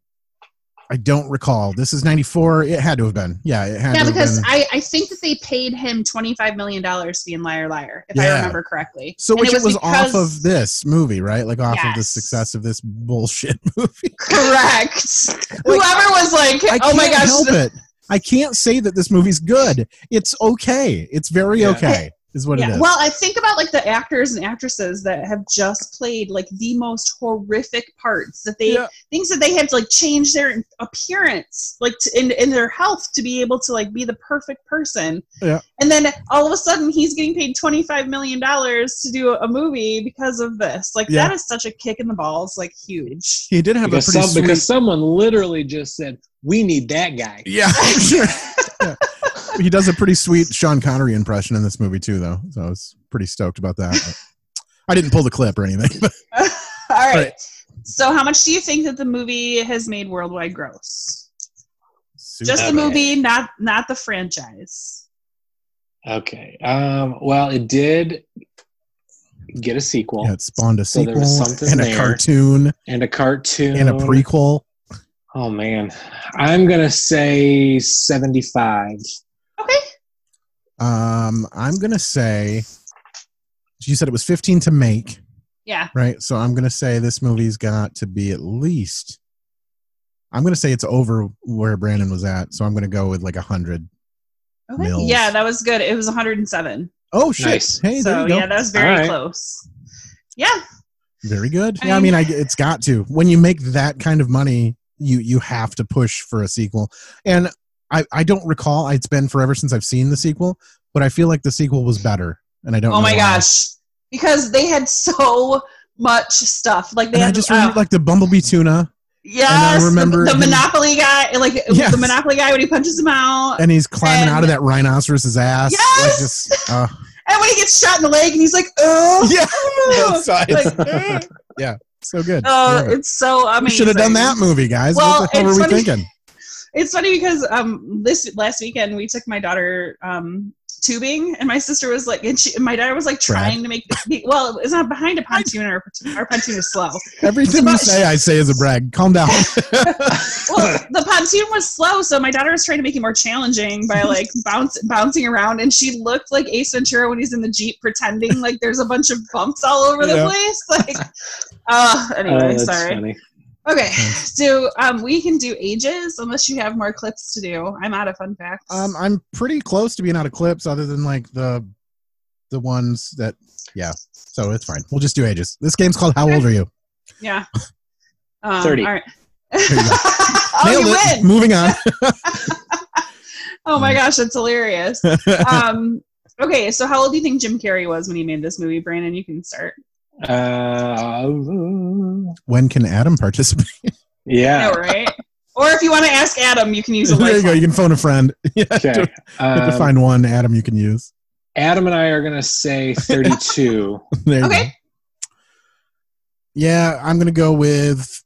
Speaker 1: I don't recall. This is 94. It had to have been. Yeah, it had
Speaker 2: Yeah,
Speaker 1: to
Speaker 2: because
Speaker 1: have been.
Speaker 2: I, I think that they paid him twenty five million dollars to be in Liar Liar, if
Speaker 1: Yeah.
Speaker 2: I remember correctly.
Speaker 1: so
Speaker 2: And
Speaker 1: which it was, off
Speaker 2: because-
Speaker 1: of this movie, right? Like off of the
Speaker 2: Yes.
Speaker 1: success of this bullshit movie.
Speaker 2: correct. Whoever was like,
Speaker 1: I
Speaker 2: oh my
Speaker 1: can't
Speaker 2: gosh,
Speaker 1: help it. I can't say that this movie's good. It's okay. It's very
Speaker 3: Yeah.
Speaker 1: okay. Is what it is.
Speaker 2: Well, I think about like the actors and actresses that have just played like the most horrific parts that they
Speaker 1: Yeah.
Speaker 2: things that they had to like change their appearance, like to, in in their health to be able to like be the perfect person.
Speaker 1: yeah.
Speaker 2: And then all of a sudden, he's getting paid twenty five million dollars to do a movie because of this. Like
Speaker 1: Yeah.
Speaker 2: that is such a kick in the balls, like huge.
Speaker 1: He did have
Speaker 3: because,
Speaker 1: a pretty
Speaker 3: some,
Speaker 1: sweet.
Speaker 3: because someone literally just said, "We need that guy."
Speaker 1: yeah, sure. Yeah. He does a pretty sweet Sean Connery impression in this movie too, though. So I was pretty stoked about that. I didn't pull the clip or anything. But
Speaker 2: All right.
Speaker 1: Right.
Speaker 2: So, how much do you think that the movie has made worldwide gross? Just the
Speaker 3: Okay.
Speaker 2: movie, not not the franchise.
Speaker 3: Okay. Um, well, it did get a sequel
Speaker 1: yeah, it spawned a
Speaker 3: So there
Speaker 1: sequel
Speaker 3: was something
Speaker 1: and a
Speaker 3: there.
Speaker 1: cartoon
Speaker 3: and a cartoon
Speaker 1: and a prequel.
Speaker 3: Oh man, I'm gonna say 75.
Speaker 1: Um, I'm gonna say you said it was 15 to make,
Speaker 2: Yeah.
Speaker 1: right? So I'm gonna say this movie's got to be at least. I'm gonna say it's over where Brandon was at, so I'm gonna go with like a hundred. Mills.
Speaker 2: Yeah, that was good. It was 107.
Speaker 1: Oh shit!
Speaker 3: Nice.
Speaker 1: Hey, there
Speaker 2: so
Speaker 1: you go.
Speaker 2: yeah, that was very
Speaker 3: Alright.
Speaker 2: close. Yeah.
Speaker 1: Very good.
Speaker 2: I
Speaker 1: yeah, I mean, I,
Speaker 2: mean-
Speaker 1: it's got to. When you make that kind of money, you you have to push for a sequel. And I I don't recall. It's been forever since I've seen the sequel, but I feel like the sequel was better. And I don't.
Speaker 2: Oh
Speaker 1: know
Speaker 2: my
Speaker 1: why.
Speaker 2: gosh. Because they had so much stuff. Like they
Speaker 1: And I
Speaker 2: had
Speaker 1: just
Speaker 2: uh,
Speaker 1: remember like the bumblebee tuna,
Speaker 2: yes,
Speaker 1: and I remember
Speaker 2: the, the
Speaker 1: him-
Speaker 2: Monopoly guy, like
Speaker 1: Yes.
Speaker 2: the Monopoly guy when he punches him out.
Speaker 1: and he's climbing out of
Speaker 2: and-
Speaker 1: that rhinoceros's ass. like,
Speaker 2: Yes!
Speaker 1: just, uh,
Speaker 2: And when he gets shot in the leg and he's like, oh,
Speaker 1: Yeah.
Speaker 2: oh no."
Speaker 1: Both sides.
Speaker 2: Like, eh.
Speaker 1: so good.
Speaker 2: oh,
Speaker 1: Love it.
Speaker 2: it's so amazing.
Speaker 1: we should have done that movie, guys.
Speaker 2: Well,
Speaker 1: what the hell
Speaker 2: it's
Speaker 1: were we
Speaker 2: funny-
Speaker 1: thinking?
Speaker 2: It's funny because um this last weekend we took my daughter um tubing and my sister was like and she and my daughter was like
Speaker 1: Brad.
Speaker 2: trying to make the, well it's not behind a pontoon our, our pontoon is slow
Speaker 1: Everything you
Speaker 2: about-
Speaker 1: say, I say is a brag. Calm down.
Speaker 2: well the pontoon was slow so my daughter was trying to make it more challenging by like bounce, bouncing around and she looked like ace ventura when he's in the jeep pretending like there's a bunch of bumps all over the
Speaker 1: Yeah.
Speaker 2: place like uh anyway
Speaker 3: Oh, that's
Speaker 2: sorry
Speaker 3: funny.
Speaker 2: okay so um we can do ages unless you have more clips to do i'm out of fun facts
Speaker 1: Um, I'm pretty close to being out of clips, other than like the the ones that yeah. So it's fine. We'll just do ages. This game's called How Old Are You?
Speaker 2: Yeah. Um,
Speaker 3: 30.
Speaker 2: All right.
Speaker 1: you go.
Speaker 2: oh,
Speaker 1: Nailed
Speaker 2: you
Speaker 1: it.
Speaker 2: win.
Speaker 1: Moving on.
Speaker 2: Oh my gosh, that's hilarious. Um, okay, so how old do you think Jim Carrey was when he made this movie? Brandon, you can start.
Speaker 3: Uh,
Speaker 1: when can Adam participate?
Speaker 3: yeah.
Speaker 2: No, right? or if you want to ask Adam, you can use a
Speaker 1: there you go.
Speaker 2: lifeline.
Speaker 1: You can phone a friend. Yeah.
Speaker 3: Okay.
Speaker 1: You have to
Speaker 3: um,
Speaker 1: find one Adam you can use.
Speaker 3: Adam and I are gonna say 32.
Speaker 1: There you go.
Speaker 2: Okay.
Speaker 1: Yeah, I'm gonna go with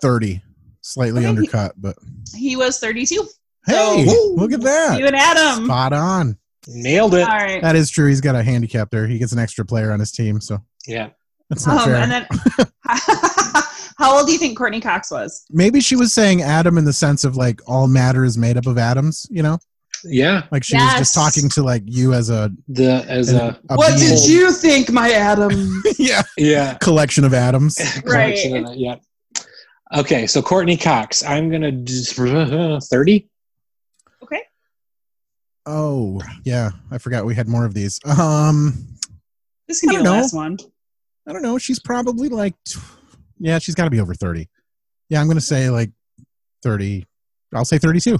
Speaker 1: thirty. Slightly
Speaker 2: Okay.
Speaker 1: undercut, but
Speaker 2: He was 32.
Speaker 1: hey,
Speaker 2: So-
Speaker 1: look at that.
Speaker 2: You and Adam.
Speaker 1: Spot on.
Speaker 3: Nailed it.
Speaker 2: All right.
Speaker 1: That is true. He's got a handicap there. He gets an extra player on his team, so
Speaker 3: Yeah.
Speaker 1: that's not
Speaker 2: Um,
Speaker 1: fair.
Speaker 2: and then how old do you think Courtney Cox was?
Speaker 1: maybe she was saying atom in the sense of like all matter is made up of atoms you know
Speaker 3: Yeah.
Speaker 1: like she was just
Speaker 2: Yes.
Speaker 1: talking to like you as a,
Speaker 3: The as
Speaker 1: an-
Speaker 3: a
Speaker 1: a
Speaker 3: did
Speaker 1: being.
Speaker 3: you-
Speaker 2: think, my Adam?
Speaker 1: yeah
Speaker 3: yeah.
Speaker 1: collection of atoms
Speaker 3: collection of that, Yeah. Okay, so Courtney Cox, I'm gonna just 30.
Speaker 2: okay.
Speaker 1: oh yeah i forgot we had more of these um
Speaker 2: This can
Speaker 1: I
Speaker 2: be the
Speaker 1: don't know.
Speaker 2: last one.
Speaker 1: i don't know she's probably like tw- yeah she's got to be over 30 yeah i'm gonna say like 30 i'll say 32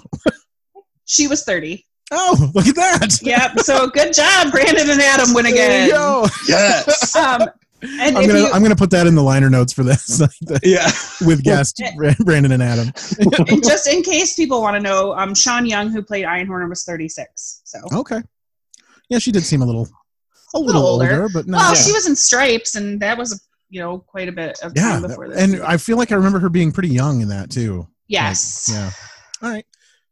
Speaker 2: She was 30.
Speaker 1: oh look at that
Speaker 2: Yep. So good job, Brandon and Adam win
Speaker 1: There
Speaker 2: again.
Speaker 1: you go.
Speaker 3: Yes.
Speaker 2: Um, And
Speaker 1: I'm
Speaker 2: if
Speaker 1: gonna
Speaker 2: you-
Speaker 1: I'm gonna put that in the liner notes for this.
Speaker 3: yeah,
Speaker 1: with guest
Speaker 2: eh.
Speaker 1: Bra- Brandon and Adam.
Speaker 2: and just in case people want to know, um, Sean Young, who played Einhorn, was 36. So
Speaker 1: okay, yeah, she did seem a little a little, older. but no.
Speaker 2: well,
Speaker 1: yeah.
Speaker 2: she was in Stripes, and that was you know quite a bit of
Speaker 1: yeah,
Speaker 2: time before this.
Speaker 1: and uh, I feel like I remember her being pretty young in that too.
Speaker 2: yes,
Speaker 1: Yeah. All right.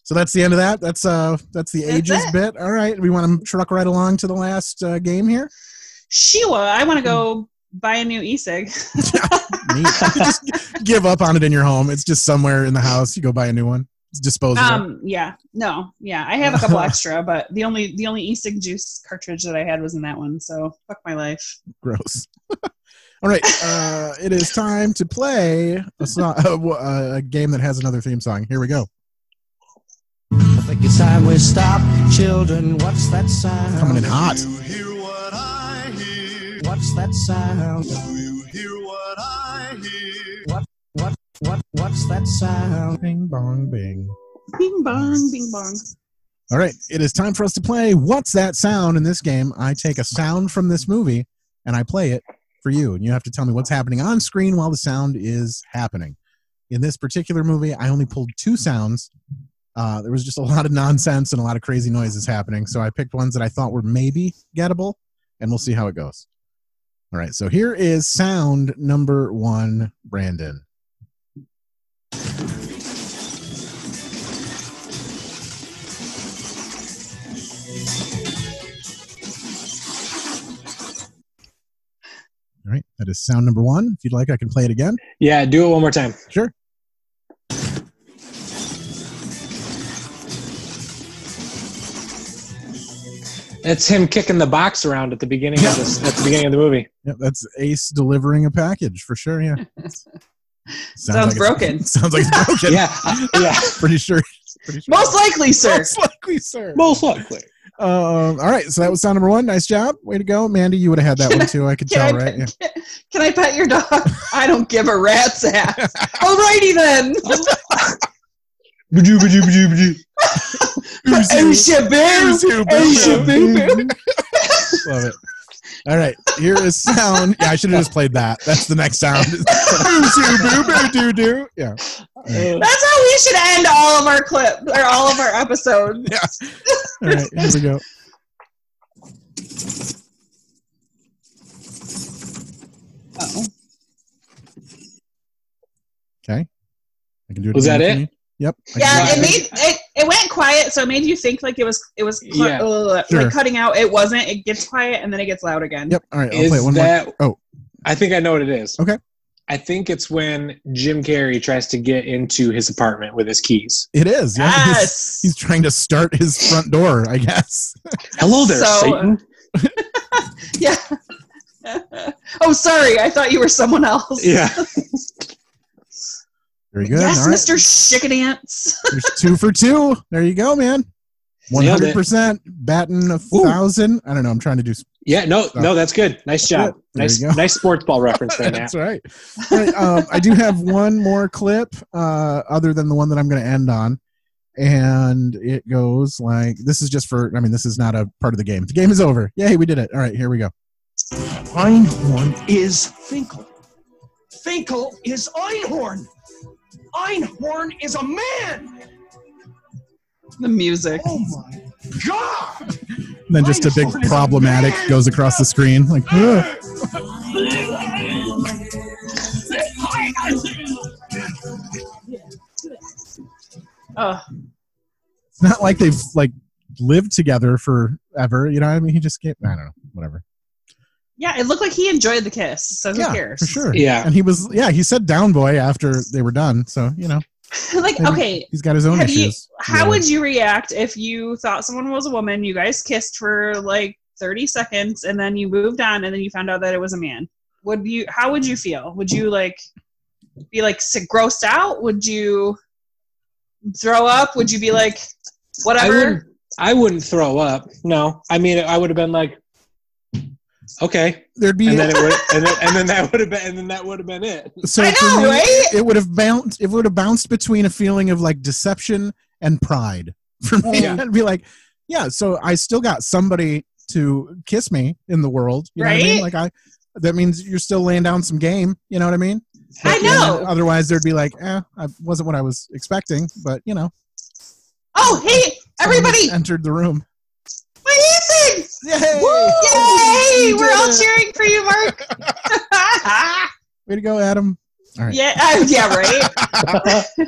Speaker 1: So that's the end of that. That's uh that's the
Speaker 2: That's
Speaker 1: ages
Speaker 2: it.
Speaker 1: bit. All right. We want to truck right along to the last uh, game here.
Speaker 2: Shewa. I want to go
Speaker 1: Hmm.
Speaker 2: buy a new e-cig.
Speaker 1: Neat. Just give up on it in your home. It's just somewhere in the house. You go buy a new one. It's disposable.
Speaker 2: Um, yeah, no, yeah, I have a couple extra, but the only the only e-cig juice cartridge that I had was in that one. So fuck my life.
Speaker 1: Gross. All right. Uh, it is time to play a, song, uh, a, a game that has another theme song. Here we go.
Speaker 13: I think it's time we stop, children. What's that sound?
Speaker 1: Coming in hot.
Speaker 13: What's that sound? Do you hear what I hear? What, what, what, what's that sound?
Speaker 1: Bing bong bing.
Speaker 2: Bing bong, bing bong.
Speaker 1: All right, it is time for us to play What's That Sound in this game. I take a sound from this movie and I play it for you, and you have to tell me what's happening on screen while the sound is happening. In this particular movie, I only pulled two sounds. Uh, there was just a lot of nonsense and a lot of crazy noises happening, so I picked ones that I thought were maybe gettable, and we'll see how it goes. All right, so here is sound number one, Brandon. All right, that is sound number one. If you'd like, I can play it again.
Speaker 3: Yeah, do it one more time.
Speaker 1: Sure.
Speaker 3: That's him kicking the box around at the beginning of this, at the beginning of the movie.
Speaker 1: Yep, that's Ace delivering a package for sure. Yeah. like it's-
Speaker 2: Sounds broken.
Speaker 1: sounds like it's broken.
Speaker 3: yeah, yeah.
Speaker 1: Pretty sure. Pretty sure.
Speaker 2: Most likely, sir.
Speaker 1: Most likely, sir.
Speaker 3: Most likely.
Speaker 1: Um, all right, so that was sound number one. Nice job. Way to go, Mandy. You would have had that one too. I could
Speaker 2: Can
Speaker 1: tell,
Speaker 2: I
Speaker 1: right? Yeah.
Speaker 2: Can I pet your dog? I don't give a rat's ass. Alrighty then.
Speaker 3: Ba-doo, ba-doo, ba-doo, ba-doo.
Speaker 2: Oh, shaboo. Oh, shaboo.
Speaker 1: Mm-hmm. Love it. All right, here is sound. Yeah, I should have just played that. That's the next sound. Boo, boo, boo, doo, doo. Yeah.
Speaker 3: Uh,
Speaker 2: That's how we should end all of our clips or all of our episodes.
Speaker 1: All right, here we go.
Speaker 2: Oh,
Speaker 1: Okay. I can do it.
Speaker 3: Was
Speaker 1: again
Speaker 3: that
Speaker 1: if
Speaker 3: it?
Speaker 1: you need. Yep. I can
Speaker 2: yeah,
Speaker 1: do
Speaker 2: it
Speaker 1: again.
Speaker 2: made it, it went quiet, so it made you think like it was it was cl-
Speaker 3: Yeah.
Speaker 2: uh,
Speaker 1: Sure.
Speaker 2: like cutting out. It wasn't. It gets quiet and then it gets loud again.
Speaker 1: Yep. All right, I'll
Speaker 3: Is
Speaker 1: play it one
Speaker 3: that?
Speaker 1: more. Oh,
Speaker 3: I think I know what it is.
Speaker 1: Okay.
Speaker 3: I think it's when Jim Carrey tries to get into his apartment with his keys.
Speaker 1: it is. Yeah. He's-
Speaker 2: Yes.
Speaker 1: He's, trying to start his front door, I guess.
Speaker 3: Hello there,
Speaker 2: So- uh,
Speaker 3: Satan.
Speaker 2: Yeah. oh, sorry. I thought you were someone else.
Speaker 3: Yeah.
Speaker 1: Very good.
Speaker 2: Yes,
Speaker 1: All right.
Speaker 2: Mr. Chicken Ants.
Speaker 1: There's two for two. There you go, man.
Speaker 3: Nailed it.
Speaker 1: 100% batting a
Speaker 3: Ooh.
Speaker 1: thousand. I don't know. I'm trying to do. sp-
Speaker 3: Yeah, no, no, that's good. Nice job.
Speaker 1: it. There
Speaker 3: Nice,
Speaker 1: you go.
Speaker 3: nice sports ball reference there, Nat.
Speaker 1: That's right. All right, um, I do have one more clip uh, other than the one that I'm going to end on. And it goes like this is just for, I mean, this is not a part of the game. The game is over. Yay, we did it. All right, here we go.
Speaker 16: Einhorn is Finkel.
Speaker 4: Finkel is Einhorn. Einhorn is a man.
Speaker 2: the music.
Speaker 4: Oh my God!
Speaker 1: And then just a big problematic goes across the screen. Like, "Ugh."
Speaker 2: Oh,
Speaker 1: it's not like they've like lived together forever. You know what I mean? He just get, I don't know, whatever.
Speaker 2: yeah. It looked like he enjoyed the kiss. So who
Speaker 1: yeah,
Speaker 2: cares?
Speaker 1: for sure.
Speaker 3: Yeah.
Speaker 1: and he was yeah he said down boy after they were done. So you know
Speaker 2: like,
Speaker 1: Maybe
Speaker 2: okay.
Speaker 1: he's got his own
Speaker 2: Have you?
Speaker 1: issues.
Speaker 2: How
Speaker 1: Yeah.
Speaker 2: would you react if you thought someone was a woman? You guys kissed for like thirty seconds, and then you moved on, and then you found out that it was a man. Would you? How would you feel? Would you like be like s- grossed out? Would you throw up? Would you be like
Speaker 3: I
Speaker 2: whatever?
Speaker 3: wouldn't, I wouldn't throw up. No, I mean, I would have been like, okay,
Speaker 1: there'd be
Speaker 3: and then it would, and then, and then that would have been, and then that would have been it.
Speaker 1: so
Speaker 2: I
Speaker 1: for
Speaker 2: know,
Speaker 1: me,
Speaker 2: right?
Speaker 1: It would have bounced. It would have bounced between a feeling of like deception and pride for me.
Speaker 3: Yeah.
Speaker 1: I'd be like, yeah. So I still got somebody to kiss me in the world. You know what I mean? Like
Speaker 2: Right?
Speaker 1: I. that means you're still laying down some game. You know what I mean?
Speaker 2: I know.
Speaker 1: Otherwise, there'd be like, eh, I wasn't what I was expecting, but you know.
Speaker 2: Oh, hey, everybody!
Speaker 1: Entered the room.
Speaker 2: My Ethan!
Speaker 1: Yay!
Speaker 2: Yay!
Speaker 1: You
Speaker 2: We're
Speaker 1: did
Speaker 2: all
Speaker 1: it.
Speaker 2: cheering for you, Mark.
Speaker 1: Way to go, Adam. All right.
Speaker 2: Yeah, uh, yeah, right.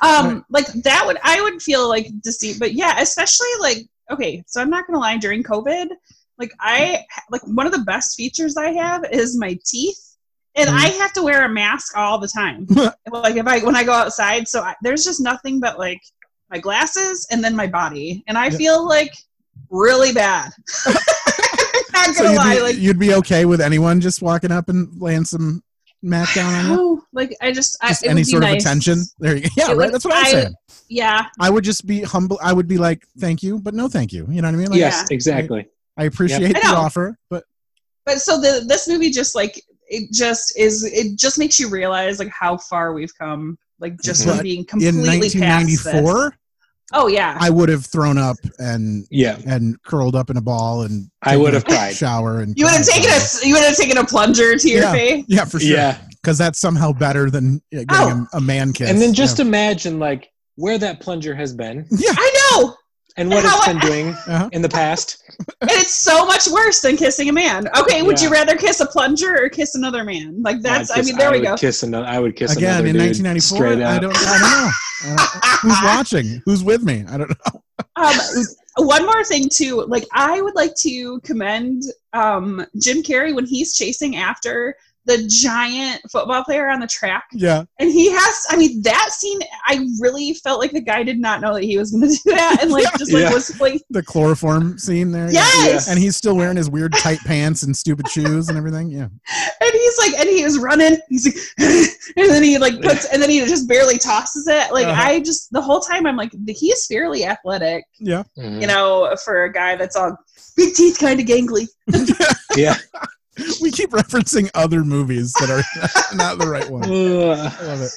Speaker 2: um, like that would I would feel like deceit, but yeah, especially like okay, so I'm not gonna lie. During COVID, like I like one of the best features I have is my teeth, and
Speaker 1: Mm.
Speaker 2: I have to wear a mask all the time. like if I when I go outside, so I, there's just nothing but like my glasses and then my body, and I feel like really bad. I'm not
Speaker 1: So
Speaker 2: gonna
Speaker 1: you'd,
Speaker 2: lie,
Speaker 1: be,
Speaker 2: like
Speaker 1: you'd be okay with anyone just walking up and laying some mat down on you?
Speaker 2: oh, like I just, I,
Speaker 1: Just
Speaker 2: it
Speaker 1: any
Speaker 2: would be
Speaker 1: sort
Speaker 2: nice.
Speaker 1: of attention? There you go. Yeah,
Speaker 2: It
Speaker 1: right.
Speaker 2: would-
Speaker 1: That's what I'm
Speaker 2: I-
Speaker 1: saying.
Speaker 2: Yeah,
Speaker 1: I would just be humble. I would be like, thank you, but no thank you. You know what I mean? Like,
Speaker 3: yes, exactly.
Speaker 1: I appreciate
Speaker 2: I
Speaker 1: the
Speaker 2: know.
Speaker 1: offer, but
Speaker 2: but so the this movie just like it just is it just makes you realize like how far we've come like just from
Speaker 1: But
Speaker 2: being
Speaker 1: in
Speaker 2: completely past this.
Speaker 1: 1994,
Speaker 2: Oh yeah,
Speaker 1: I would have thrown up and
Speaker 3: yeah,
Speaker 1: and curled up in a ball and
Speaker 3: I would have
Speaker 1: taken a
Speaker 3: cried.
Speaker 1: shower and
Speaker 2: you would have
Speaker 1: cried.
Speaker 2: taken a you would have taken a plunger to your
Speaker 1: yeah,
Speaker 2: face.
Speaker 1: yeah, for sure.
Speaker 3: Yeah.
Speaker 1: because that's somehow better than uh, getting
Speaker 2: Oh.
Speaker 1: a, a man kiss.
Speaker 3: and then just
Speaker 1: yeah.
Speaker 3: imagine like where that plunger has been
Speaker 2: I know,
Speaker 3: and what
Speaker 2: And how
Speaker 3: it's
Speaker 2: I-
Speaker 3: been doing
Speaker 1: Uh-huh.
Speaker 3: in the past.
Speaker 2: and it's so much worse than kissing a man. Okay, would you
Speaker 3: Yeah.
Speaker 2: rather kiss a plunger or kiss another man? Like that's
Speaker 3: I'd
Speaker 2: I
Speaker 3: kiss-
Speaker 2: mean there we
Speaker 3: would
Speaker 2: go.
Speaker 3: Kiss another. I would kiss
Speaker 1: again
Speaker 3: another
Speaker 1: in
Speaker 3: dude
Speaker 1: 1994.
Speaker 3: Straight up.
Speaker 1: I don't, I don't know. I don't- who's watching? Who's with me? I don't know.
Speaker 2: um, one more thing too like i would like to commend um, jim carrey when he's chasing after the giant football player on the track
Speaker 1: Yeah,
Speaker 2: and he has i mean that scene i really felt like the guy did not know that he was going to do that and like just like
Speaker 1: Yeah.
Speaker 2: was like
Speaker 1: the chloroform scene there. yeah.
Speaker 2: Yes!
Speaker 1: and he's still wearing his weird tight pants and stupid shoes and everything. Yeah,
Speaker 2: and he's like and he was running he's like and then he like puts and then he just barely tosses it like
Speaker 1: Uh-huh.
Speaker 2: i just the whole time i'm like he's fairly athletic
Speaker 1: yeah.
Speaker 3: Mm-hmm.
Speaker 2: you know for a guy that's all big teeth kind of gangly
Speaker 3: Yeah.
Speaker 1: we keep referencing other movies that are not the right one. I love it.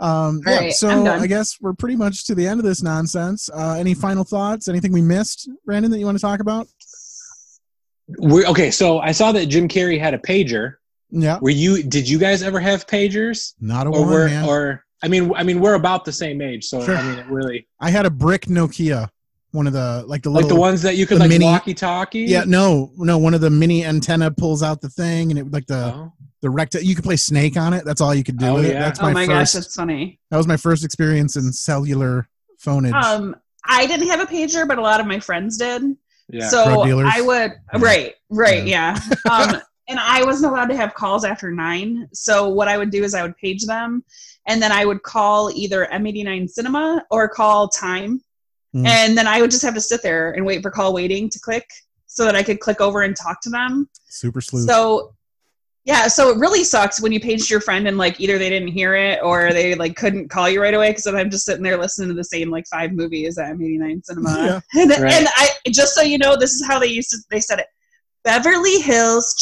Speaker 1: Um,
Speaker 2: All
Speaker 1: yeah,
Speaker 2: right, I'm
Speaker 1: so
Speaker 2: done.
Speaker 1: I guess we're pretty much to the end of this nonsense. Uh, any final thoughts? Anything we missed, Brandon, that you want to talk about?
Speaker 3: We're, okay, so I saw that Jim Carrey had a pager.
Speaker 1: Yeah,
Speaker 3: Were you? Did you guys ever have pagers?
Speaker 1: not a
Speaker 3: Or
Speaker 1: one,
Speaker 3: were
Speaker 1: man.
Speaker 3: or I mean I mean we're about the same age, so
Speaker 1: Sure.
Speaker 3: I mean it really
Speaker 1: I had a brick Nokia, one of the like the
Speaker 3: like
Speaker 1: little,
Speaker 3: the ones that you could
Speaker 1: the
Speaker 3: like
Speaker 1: mini-
Speaker 3: walkie talkie.
Speaker 1: Yeah, no, no, one of the mini antenna pulls out the thing, and it like the
Speaker 3: Oh.
Speaker 1: the recta. You could play Snake on it. That's all you could do.
Speaker 3: Oh,
Speaker 1: with it.
Speaker 3: yeah.
Speaker 1: That's
Speaker 2: oh
Speaker 1: my,
Speaker 2: my
Speaker 1: first.
Speaker 2: gosh that's funny
Speaker 1: that was my first experience in cellular phonage.
Speaker 2: Um, I didn't have a pager, but a lot of my friends did.
Speaker 1: Yeah.
Speaker 2: So
Speaker 1: Drug dealers.
Speaker 2: I would right, right, yeah. Um, and I wasn't allowed to have calls after nine. So what I would do is I would page them, and then I would call either M89 Cinema or call Time,
Speaker 1: Mm.
Speaker 2: and then I would just have to sit there and wait for call waiting to click so that I could click over and talk to them.
Speaker 1: Super sleuth.
Speaker 2: So yeah, so it really sucks when you paged your friend and like either they didn't hear it or they like couldn't call you right away because I'm just sitting there listening to the same like five movies at M89 Cinema. And,
Speaker 3: Right.
Speaker 2: and I just so you know, this is how they used to they said it. Beverly Hills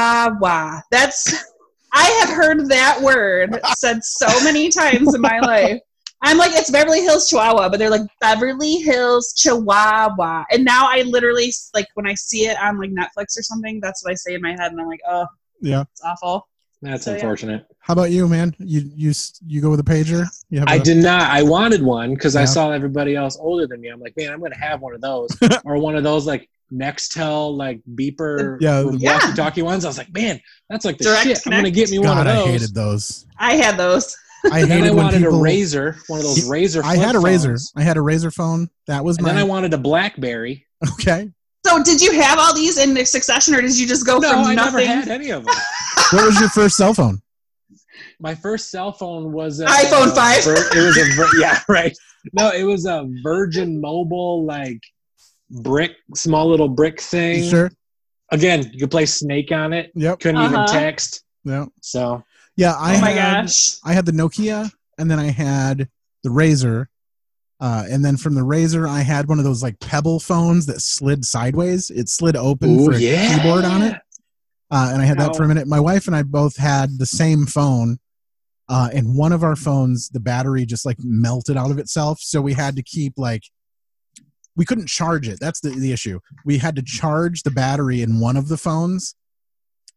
Speaker 2: Chihuahua. That's I have heard that word said so many times in my life. I'm like, it's Beverly Hills Chihuahua, but they're like Beverly Hills Chihuahua. And now I literally like when I see it on like Netflix or something, that's what I say in my head, and I'm like, oh,
Speaker 1: yeah.
Speaker 2: it's awful.
Speaker 3: That's
Speaker 2: So, yeah.
Speaker 3: unfortunate.
Speaker 1: How about you, man? You you s- you go with a pager? You have
Speaker 3: I
Speaker 1: a-
Speaker 3: did not. I wanted one because I
Speaker 1: Yeah.
Speaker 3: saw everybody else older than me. I'm like, man, I'm gonna have one of those or one of those like Nextel like beeper
Speaker 1: Yeah. Yeah.
Speaker 3: walkie talkie ones. I was like, man, that's like the
Speaker 2: Direct
Speaker 3: shit. I'm gonna
Speaker 2: Connect.
Speaker 3: get me one
Speaker 1: God,
Speaker 3: of
Speaker 1: I
Speaker 3: those.
Speaker 1: hated those.
Speaker 2: I had those.
Speaker 1: I
Speaker 3: And then
Speaker 1: hated
Speaker 3: I
Speaker 1: when
Speaker 3: wanted
Speaker 1: people.
Speaker 3: a razor, one of those razor.
Speaker 1: I had a
Speaker 3: flip
Speaker 1: razor.
Speaker 3: phones.
Speaker 1: I had a razor phone. That was
Speaker 3: And
Speaker 1: my
Speaker 3: then I wanted a BlackBerry.
Speaker 1: okay.
Speaker 2: So did you have all these in succession, or did you just go
Speaker 3: No,
Speaker 2: from
Speaker 3: I never
Speaker 2: nothing?
Speaker 3: had any of them.
Speaker 1: What was your first cell phone?
Speaker 3: My first cell phone was a,
Speaker 2: iPhone
Speaker 3: a
Speaker 2: 5.
Speaker 3: Vir- it was a vir- yeah, right. No, it was a Virgin Mobile like brick, small little brick thing.
Speaker 1: Sure.
Speaker 3: Again, you could play Snake on it.
Speaker 1: Yep.
Speaker 3: Couldn't even
Speaker 2: Uh-huh.
Speaker 3: text.
Speaker 1: Yeah.
Speaker 3: So
Speaker 1: Yeah. I
Speaker 2: oh my
Speaker 1: had,
Speaker 2: gosh.
Speaker 1: I had the Nokia, and then I had the razor. Uh, and then from the razor, I had one of those like pebble phones that slid sideways. It slid open
Speaker 3: Ooh,
Speaker 1: for a
Speaker 3: yeah.
Speaker 1: keyboard on it. Uh, and I had that for a minute. My wife and I both had the same phone. Uh, and one of our phones, the battery just like melted out of itself. So we had to keep like, we couldn't charge it. That's the, the issue. We had to charge the battery in one of the phones.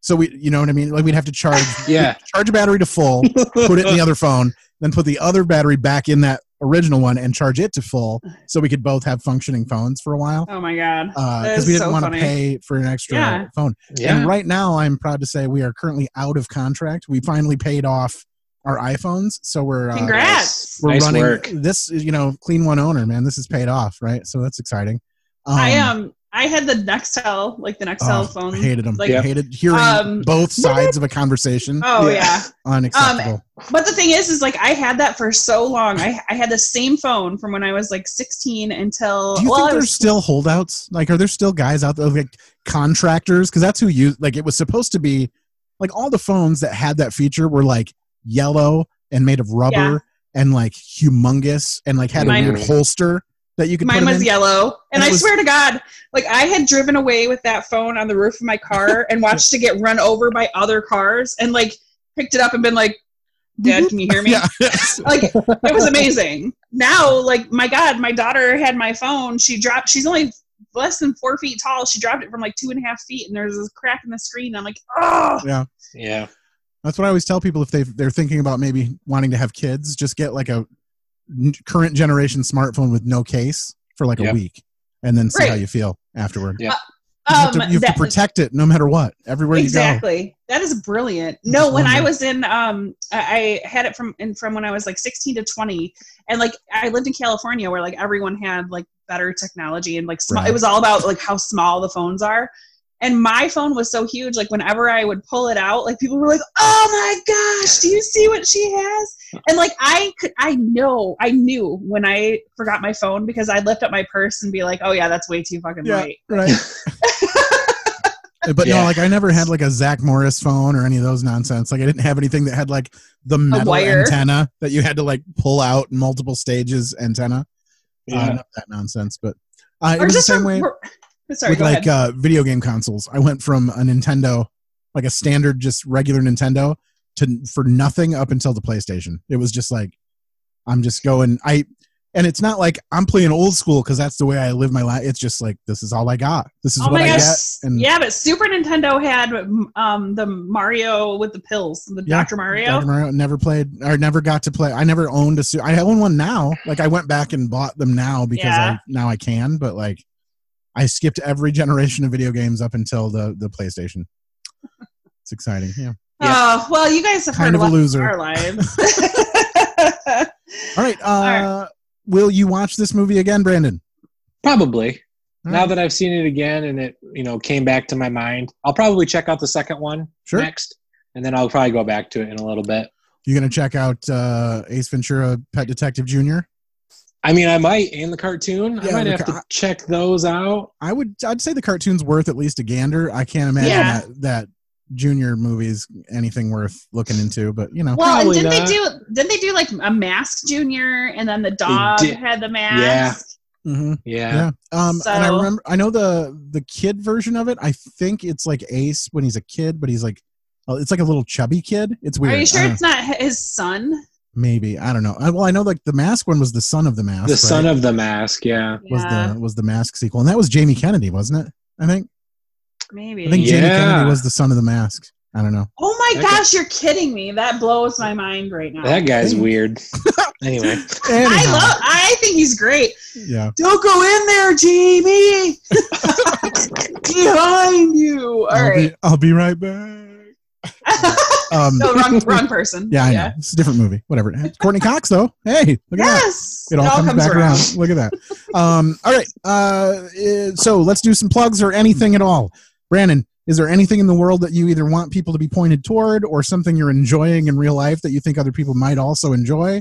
Speaker 1: So we, you know what I mean? Like we'd have to charge,
Speaker 3: Yeah.
Speaker 1: charge a battery to full, put it in the other phone, then put the other battery back in that original one and charge it to full, so we could both have functioning phones for a while.
Speaker 2: Oh my god. That
Speaker 1: Because
Speaker 2: is
Speaker 1: we didn't
Speaker 2: so
Speaker 1: want to
Speaker 2: funny.
Speaker 1: pay for an extra
Speaker 2: Yeah.
Speaker 1: phone.
Speaker 2: Yeah.
Speaker 1: And right now, I'm proud to say we are currently out of contract. We finally paid off our iPhones, so we're uh,
Speaker 2: Congrats.
Speaker 1: We're
Speaker 3: Nice
Speaker 1: running
Speaker 3: work.
Speaker 1: this, is, you know, clean one owner, man. This is paid off, right? So that's exciting. Um,
Speaker 2: I um I had the Nextel, like the
Speaker 1: oh,
Speaker 2: Nextel phone.
Speaker 1: Hated them.
Speaker 2: Like,
Speaker 1: Hated hearing
Speaker 2: um,
Speaker 1: both sides of a conversation.
Speaker 2: Oh, Yeah. yeah.
Speaker 1: Unacceptable.
Speaker 2: But the thing is, is like I had that for so long. I, I had the same phone from when I was like 16 until
Speaker 1: Do you
Speaker 2: well,
Speaker 1: think
Speaker 2: I
Speaker 1: there's
Speaker 2: was
Speaker 1: still holdouts? Like, are there still guys out there, like contractors? Because that's who you like. It was supposed to be like all the phones that had that feature were like yellow and made of rubber
Speaker 2: Yeah.
Speaker 1: and like humongous and like had
Speaker 2: Mine-
Speaker 1: a weird holster that you could. put
Speaker 2: mine
Speaker 1: 'em
Speaker 2: was
Speaker 1: in.
Speaker 2: yellow,
Speaker 1: And
Speaker 2: and,
Speaker 1: it
Speaker 2: I
Speaker 1: was-
Speaker 2: swear to God, like I had driven away with that phone on the roof of my car and watched it get run over by other cars, and like picked it up and been like, "Dad, can you hear me?" like it was amazing. Now, like my God, my daughter had my phone. She dropped. She's only less than four feet tall. She dropped it from like two and a half feet, and there's this crack in the screen. I'm like, oh,
Speaker 1: Yeah.
Speaker 3: Yeah.
Speaker 1: That's what I always tell people if they they're thinking about maybe wanting to have kids, just get like a n- current generation smartphone with no case for like a
Speaker 3: Yep.
Speaker 1: week, and then see how
Speaker 2: Right. Um,
Speaker 1: you feel afterward.
Speaker 3: Yeah.
Speaker 1: You have, to, you have to
Speaker 2: that-
Speaker 1: protect it no matter what, everywhere you
Speaker 2: exactly that is brilliant no
Speaker 1: just
Speaker 2: when i
Speaker 1: wondering.
Speaker 2: was in um i I had it from and from when i was like 16 to 20 and like i lived in california where like everyone had like better technology and like sm-
Speaker 14: Right.
Speaker 2: it was all about like how small the phones are and my phone was so huge like whenever i would pull it out like people were like oh my gosh do you see what she has and like i could i know i knew when i forgot my phone because i'd lift up my purse and be like oh yeah that's way too fucking
Speaker 1: Yeah,
Speaker 2: light
Speaker 1: right go. But no,
Speaker 3: Yeah.
Speaker 1: like I never had like a Zach Morris phone or any of those nonsense. Like I didn't have anything that had like the metal
Speaker 2: wire.
Speaker 1: antenna that you had to like pull out in multiple stages antenna. Yeah.
Speaker 3: Yeah.
Speaker 1: none of that nonsense. But uh, it
Speaker 2: or
Speaker 1: was the
Speaker 2: just
Speaker 1: same
Speaker 2: from,
Speaker 1: way.
Speaker 2: sorry
Speaker 1: with
Speaker 2: go
Speaker 1: like uh,
Speaker 2: ahead.
Speaker 1: video game consoles. I went from a Nintendo, like a standard, just regular Nintendo, to for nothing up until the PlayStation. It was just like I'm just going. I and it's not like I'm playing old school because that's the way I live my life. It's just like this is all I got. This is
Speaker 2: oh
Speaker 1: what
Speaker 2: my
Speaker 1: I
Speaker 2: gosh.
Speaker 1: get. And
Speaker 2: yeah, but Super Nintendo had um, the Mario with the pills, the
Speaker 1: Yeah,
Speaker 2: Dr. Mario.
Speaker 1: Dr. Mario never played or never got to play. I never owned a suit. I own one now. Like I went back and bought them now because I
Speaker 2: Yeah.
Speaker 1: now I can. But like I skipped every generation of video games up until the the PlayStation. It's exciting. Yeah.
Speaker 2: Oh, well, you guys have
Speaker 1: Kind
Speaker 2: heard
Speaker 1: of a
Speaker 2: lot
Speaker 1: loser.
Speaker 2: our lives.
Speaker 1: All right. Uh, Will you watch this movie again, Brandon?
Speaker 3: Probably.
Speaker 1: All
Speaker 3: Now
Speaker 1: right.
Speaker 3: that I've seen it again and it, you know, came back to my mind, I'll probably check out the second one
Speaker 1: Sure.
Speaker 3: next, and then I'll probably go back to it in a little bit.
Speaker 1: You're gonna check out uh, Ace Ventura: Pet Detective Junior.
Speaker 3: I mean, I might in the cartoon. I
Speaker 1: Yeah,
Speaker 3: might
Speaker 1: the
Speaker 3: have
Speaker 1: ca-
Speaker 3: to check those out.
Speaker 1: I would. I'd say the cartoon's worth at least a gander. I can't imagine
Speaker 2: Yeah.
Speaker 1: that that Junior movie's anything worth looking into. But you know,
Speaker 2: well, and
Speaker 3: Probably
Speaker 2: didn't
Speaker 3: not.
Speaker 2: they do didn't they do like a mask junior and then the dog
Speaker 3: did.
Speaker 2: had the mask?
Speaker 1: Mm-hmm.
Speaker 3: Yeah.
Speaker 1: Yeah. Um, and I
Speaker 2: So-
Speaker 1: remember. I know the the kid version of it. I think it's like Ace when he's a kid, but he's like, oh, it's like a little chubby kid. It's weird. Uh-huh.
Speaker 2: Are
Speaker 1: I
Speaker 2: you sure
Speaker 1: don't
Speaker 2: it's
Speaker 1: know.
Speaker 2: not hi- his son?
Speaker 1: Maybe I don't know. I, well, I know like the mask one was the son of the mask.
Speaker 3: The
Speaker 1: right?
Speaker 3: son of the mask. Yeah.
Speaker 1: was
Speaker 2: Yeah.
Speaker 1: the was the mask sequel, and that was Jamie Kennedy, wasn't it? I think.
Speaker 2: Maybe.
Speaker 1: I think Jamie
Speaker 3: Yeah.
Speaker 1: Kennedy was the son of the mask. I don't know.
Speaker 2: oh my
Speaker 3: That guy-
Speaker 2: gosh, you're kidding me. That blows my mind right now.
Speaker 3: That guy's weird. anyway.
Speaker 2: I
Speaker 1: Anyhow,
Speaker 2: love I think he's great.
Speaker 1: Yeah.
Speaker 2: Don't go in there, Jamie. Behind you. All
Speaker 1: I'll,
Speaker 2: right.
Speaker 1: be, I'll be right back. Um,
Speaker 2: no, wrong, wrong person.
Speaker 1: yeah, I know. It's a different movie. Whatever. Courtney Cox, though. Hey, look at that.
Speaker 2: Yes.
Speaker 1: It all, comes, back around. Look at that. Um, all right. Uh, eh, so let's do some plugs or anything at all. Brandon, is there anything in the world that you either want people to be pointed toward or something you're enjoying in real life that you think other people might also enjoy?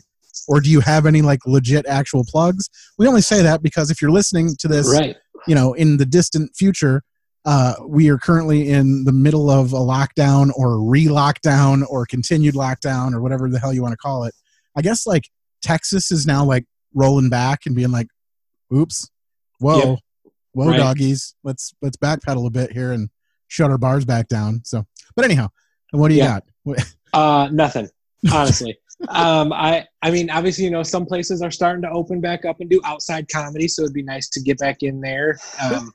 Speaker 1: Or do you have any like legit actual plugs? We only say that because if you're listening to this,
Speaker 3: Right.
Speaker 1: you know, in the distant future, uh, we are currently in the middle of a lockdown or re lockdown or continued lockdown or whatever the hell you want to call it. I guess like Texas is now like rolling back and being like, oops, whoa,
Speaker 3: Yep.
Speaker 1: whoa,
Speaker 3: Right.
Speaker 1: doggies, let's let's backpedal a bit here and shut our bars back down. So, but anyhow, what do you
Speaker 3: Yeah.
Speaker 1: got? What-
Speaker 3: Uh, nothing. Honestly. um, I I mean, obviously, you know, some places are starting to open back up and do outside comedy, so it'd be nice to get back in there. Um,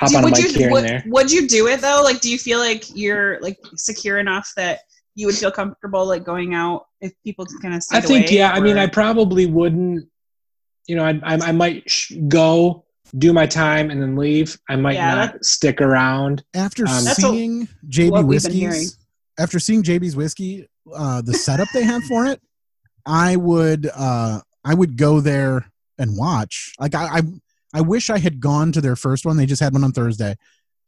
Speaker 3: hop
Speaker 2: Do-
Speaker 3: on a
Speaker 2: would
Speaker 3: mic
Speaker 2: you
Speaker 3: here
Speaker 2: would,
Speaker 3: and there.
Speaker 2: would you do it though? Like, do you feel like you're like secure enough that you would feel comfortable like going out if people kind of?
Speaker 3: I think yeah. I mean, I probably wouldn't. You know, I I, I might sh- go do my time and then leave. I might
Speaker 2: Yeah,
Speaker 3: not stick around.
Speaker 1: After
Speaker 3: Um, That's what-
Speaker 1: seeing
Speaker 3: what
Speaker 1: JB
Speaker 3: we've been hearing.
Speaker 1: Whiskey's, after seeing JB's whiskey, uh, the setup they have for it, I would uh, I would go there and watch. Like I, I I wish I had gone to their first one. They just had one on Thursday.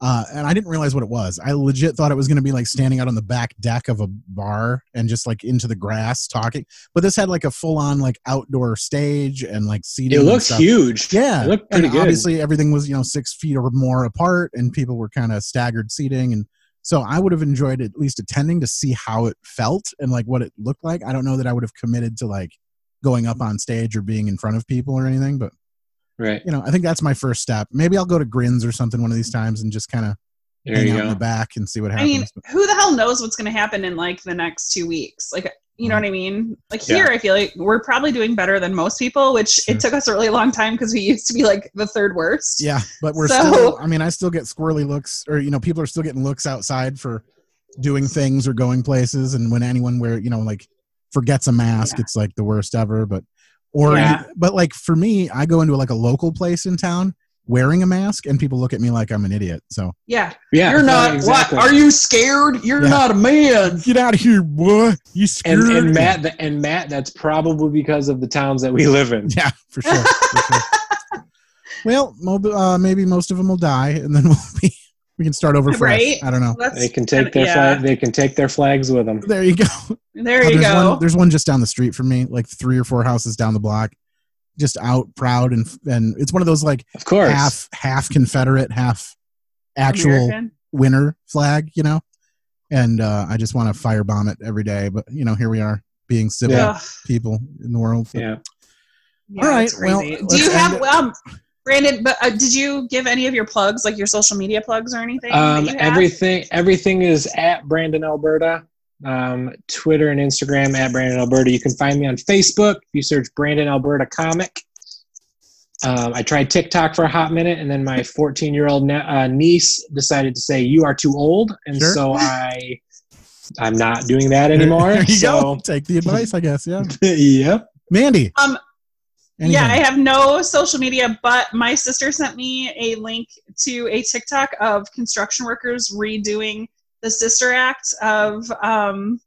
Speaker 1: Uh, and I didn't realize what it was. I legit thought it was going to be like standing out on the back deck of a bar and just like into the grass talking. But this had like a full on like outdoor stage and like seating.
Speaker 3: It
Speaker 1: and
Speaker 3: looks
Speaker 1: stuff.
Speaker 3: huge.
Speaker 1: Yeah,
Speaker 3: it looked
Speaker 1: and
Speaker 3: pretty good.
Speaker 1: obviously everything was you know six feet or more apart, and people were kind of staggered seating, and so I would have enjoyed at least attending to see how it felt and like what it looked like. I don't know that I would have committed to like going up on stage or being in front of people or anything, but
Speaker 3: right.
Speaker 1: you know I think that's my first step. Maybe I'll go to Grins or something one of these times and just kind of
Speaker 3: There
Speaker 1: hang
Speaker 3: you
Speaker 1: out in
Speaker 3: go.
Speaker 1: the back and see what
Speaker 2: I
Speaker 1: happens.
Speaker 2: mean, who the hell knows what's going to happen in like the next two weeks? Like, you
Speaker 1: Mm-hmm.
Speaker 2: know what I mean? Like
Speaker 1: Yeah.
Speaker 2: here, I feel like we're probably doing better than most people, which
Speaker 1: Sure.
Speaker 2: it took us a really long time because we used to be like the third worst.
Speaker 1: Yeah, but we're
Speaker 2: So-
Speaker 1: still. I mean, I still get squirrely looks, or you know, people are still getting looks outside for doing things or going places. And when anyone wear, you know, like forgets a mask, it's like the worst ever. But or,
Speaker 13: Yeah.
Speaker 1: but like for me, I go into like a local place in town wearing a mask, and people look at me like I'm an idiot. So
Speaker 2: Yeah.
Speaker 1: Yeah,
Speaker 13: You're not.
Speaker 1: exactly.
Speaker 13: What? Are you scared? You're
Speaker 1: Yeah.
Speaker 13: not a man.
Speaker 1: Get out of here, boy. You
Speaker 3: And,
Speaker 1: screwed.
Speaker 3: and Matt, th- and Matt, that's probably because of the towns that we live in.
Speaker 1: Yeah, for sure. for sure. well, mo- uh, maybe most of them will die, and then we'll be. We can start over fresh.
Speaker 2: Right?
Speaker 1: I don't know.
Speaker 2: That's
Speaker 3: They can take
Speaker 2: kinda-
Speaker 3: their
Speaker 2: yeah.
Speaker 3: flag. They can take their flags with them.
Speaker 1: There you go.
Speaker 2: There
Speaker 1: Oh,
Speaker 2: you
Speaker 1: there's
Speaker 2: go.
Speaker 1: One, there's one just down the street from me, like three or four houses down the block, just out proud and and it's one of those like
Speaker 3: of course.
Speaker 1: half half Confederate, half actual
Speaker 2: American?
Speaker 1: winner flag, you know. And uh, I just want to firebomb it every day, but you know, here we are being civil
Speaker 2: Yeah.
Speaker 1: people in the world.
Speaker 3: yeah.
Speaker 2: Yeah,
Speaker 1: All right,
Speaker 2: that's crazy.
Speaker 1: well,
Speaker 2: do
Speaker 1: let's
Speaker 2: you have
Speaker 1: end
Speaker 2: um, Brandon? But uh, did you give any of your plugs, like your social media plugs or anything? that
Speaker 3: Um,
Speaker 2: you have?
Speaker 3: everything everything is at Brandon Alberta. Um, Twitter and Instagram at Brandon Alberta. You can find me on Facebook. If you search Brandon Alberta comic. Um, I tried TikTok for a hot minute, and then my 14 year old ne- uh, niece decided to say, "You are too old," and
Speaker 1: Sure.
Speaker 3: so I I'm not doing that anymore.
Speaker 1: There you
Speaker 3: so
Speaker 1: go. Take the advice, I guess. Yeah.
Speaker 3: yep. Oh,
Speaker 1: Mandy.
Speaker 2: Um,
Speaker 1: anything?
Speaker 2: Yeah, I have no social media, but my sister sent me a link to a TikTok of construction workers redoing the Sister Act of um,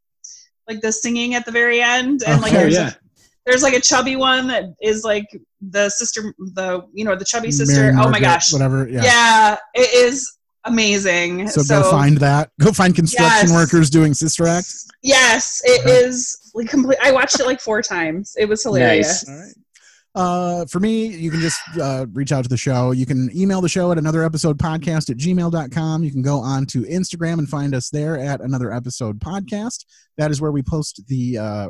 Speaker 2: like the singing at the very end, and like
Speaker 3: Oh,
Speaker 2: there's,
Speaker 3: yeah.
Speaker 2: a, there's like a chubby one that is like the sister, the you know the chubby sister.
Speaker 1: Mary
Speaker 2: oh my
Speaker 1: Margaret,
Speaker 2: gosh,
Speaker 1: Whatever.
Speaker 2: yeah.
Speaker 1: Yeah.
Speaker 2: it is amazing.
Speaker 1: So, go find that. Go find construction
Speaker 2: Yes.
Speaker 1: workers doing Sister Act.
Speaker 2: Yes, it is like complete. I watched it like four times. It was hilarious.
Speaker 1: All right. Uh, for me, you can just uh, reach out to the show. You can email the show at another episode podcast at gmail.com. You can go on to Instagram and find us there at another episode podcast. That is where we post the uh,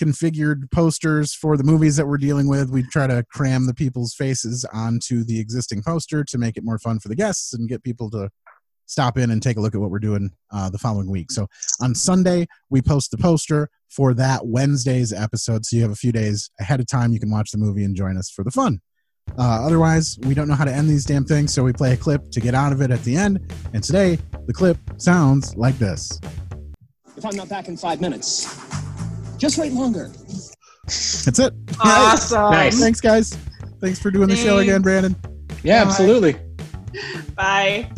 Speaker 1: reconfigured posters for the movies that we're dealing with. We try to cram the people's faces onto the existing poster to make it more fun for the guests and get people to stop in and take a look at what we're doing uh, the following week. So on Sunday, we post the poster for that Wednesday's episode. So you have a few days ahead of time. You can watch the movie and join us for the fun. Uh, otherwise, we don't know how to end these damn things. So we play a clip to get out of it at the end. And today, the clip sounds like this.
Speaker 4: If I'm not back in five minutes, just wait longer.
Speaker 1: That's it.
Speaker 2: Awesome.
Speaker 1: Nice. Thanks, guys. Thanks for doing the show again, Brandon.
Speaker 3: Yeah,
Speaker 1: Bye.
Speaker 3: absolutely.
Speaker 2: Bye.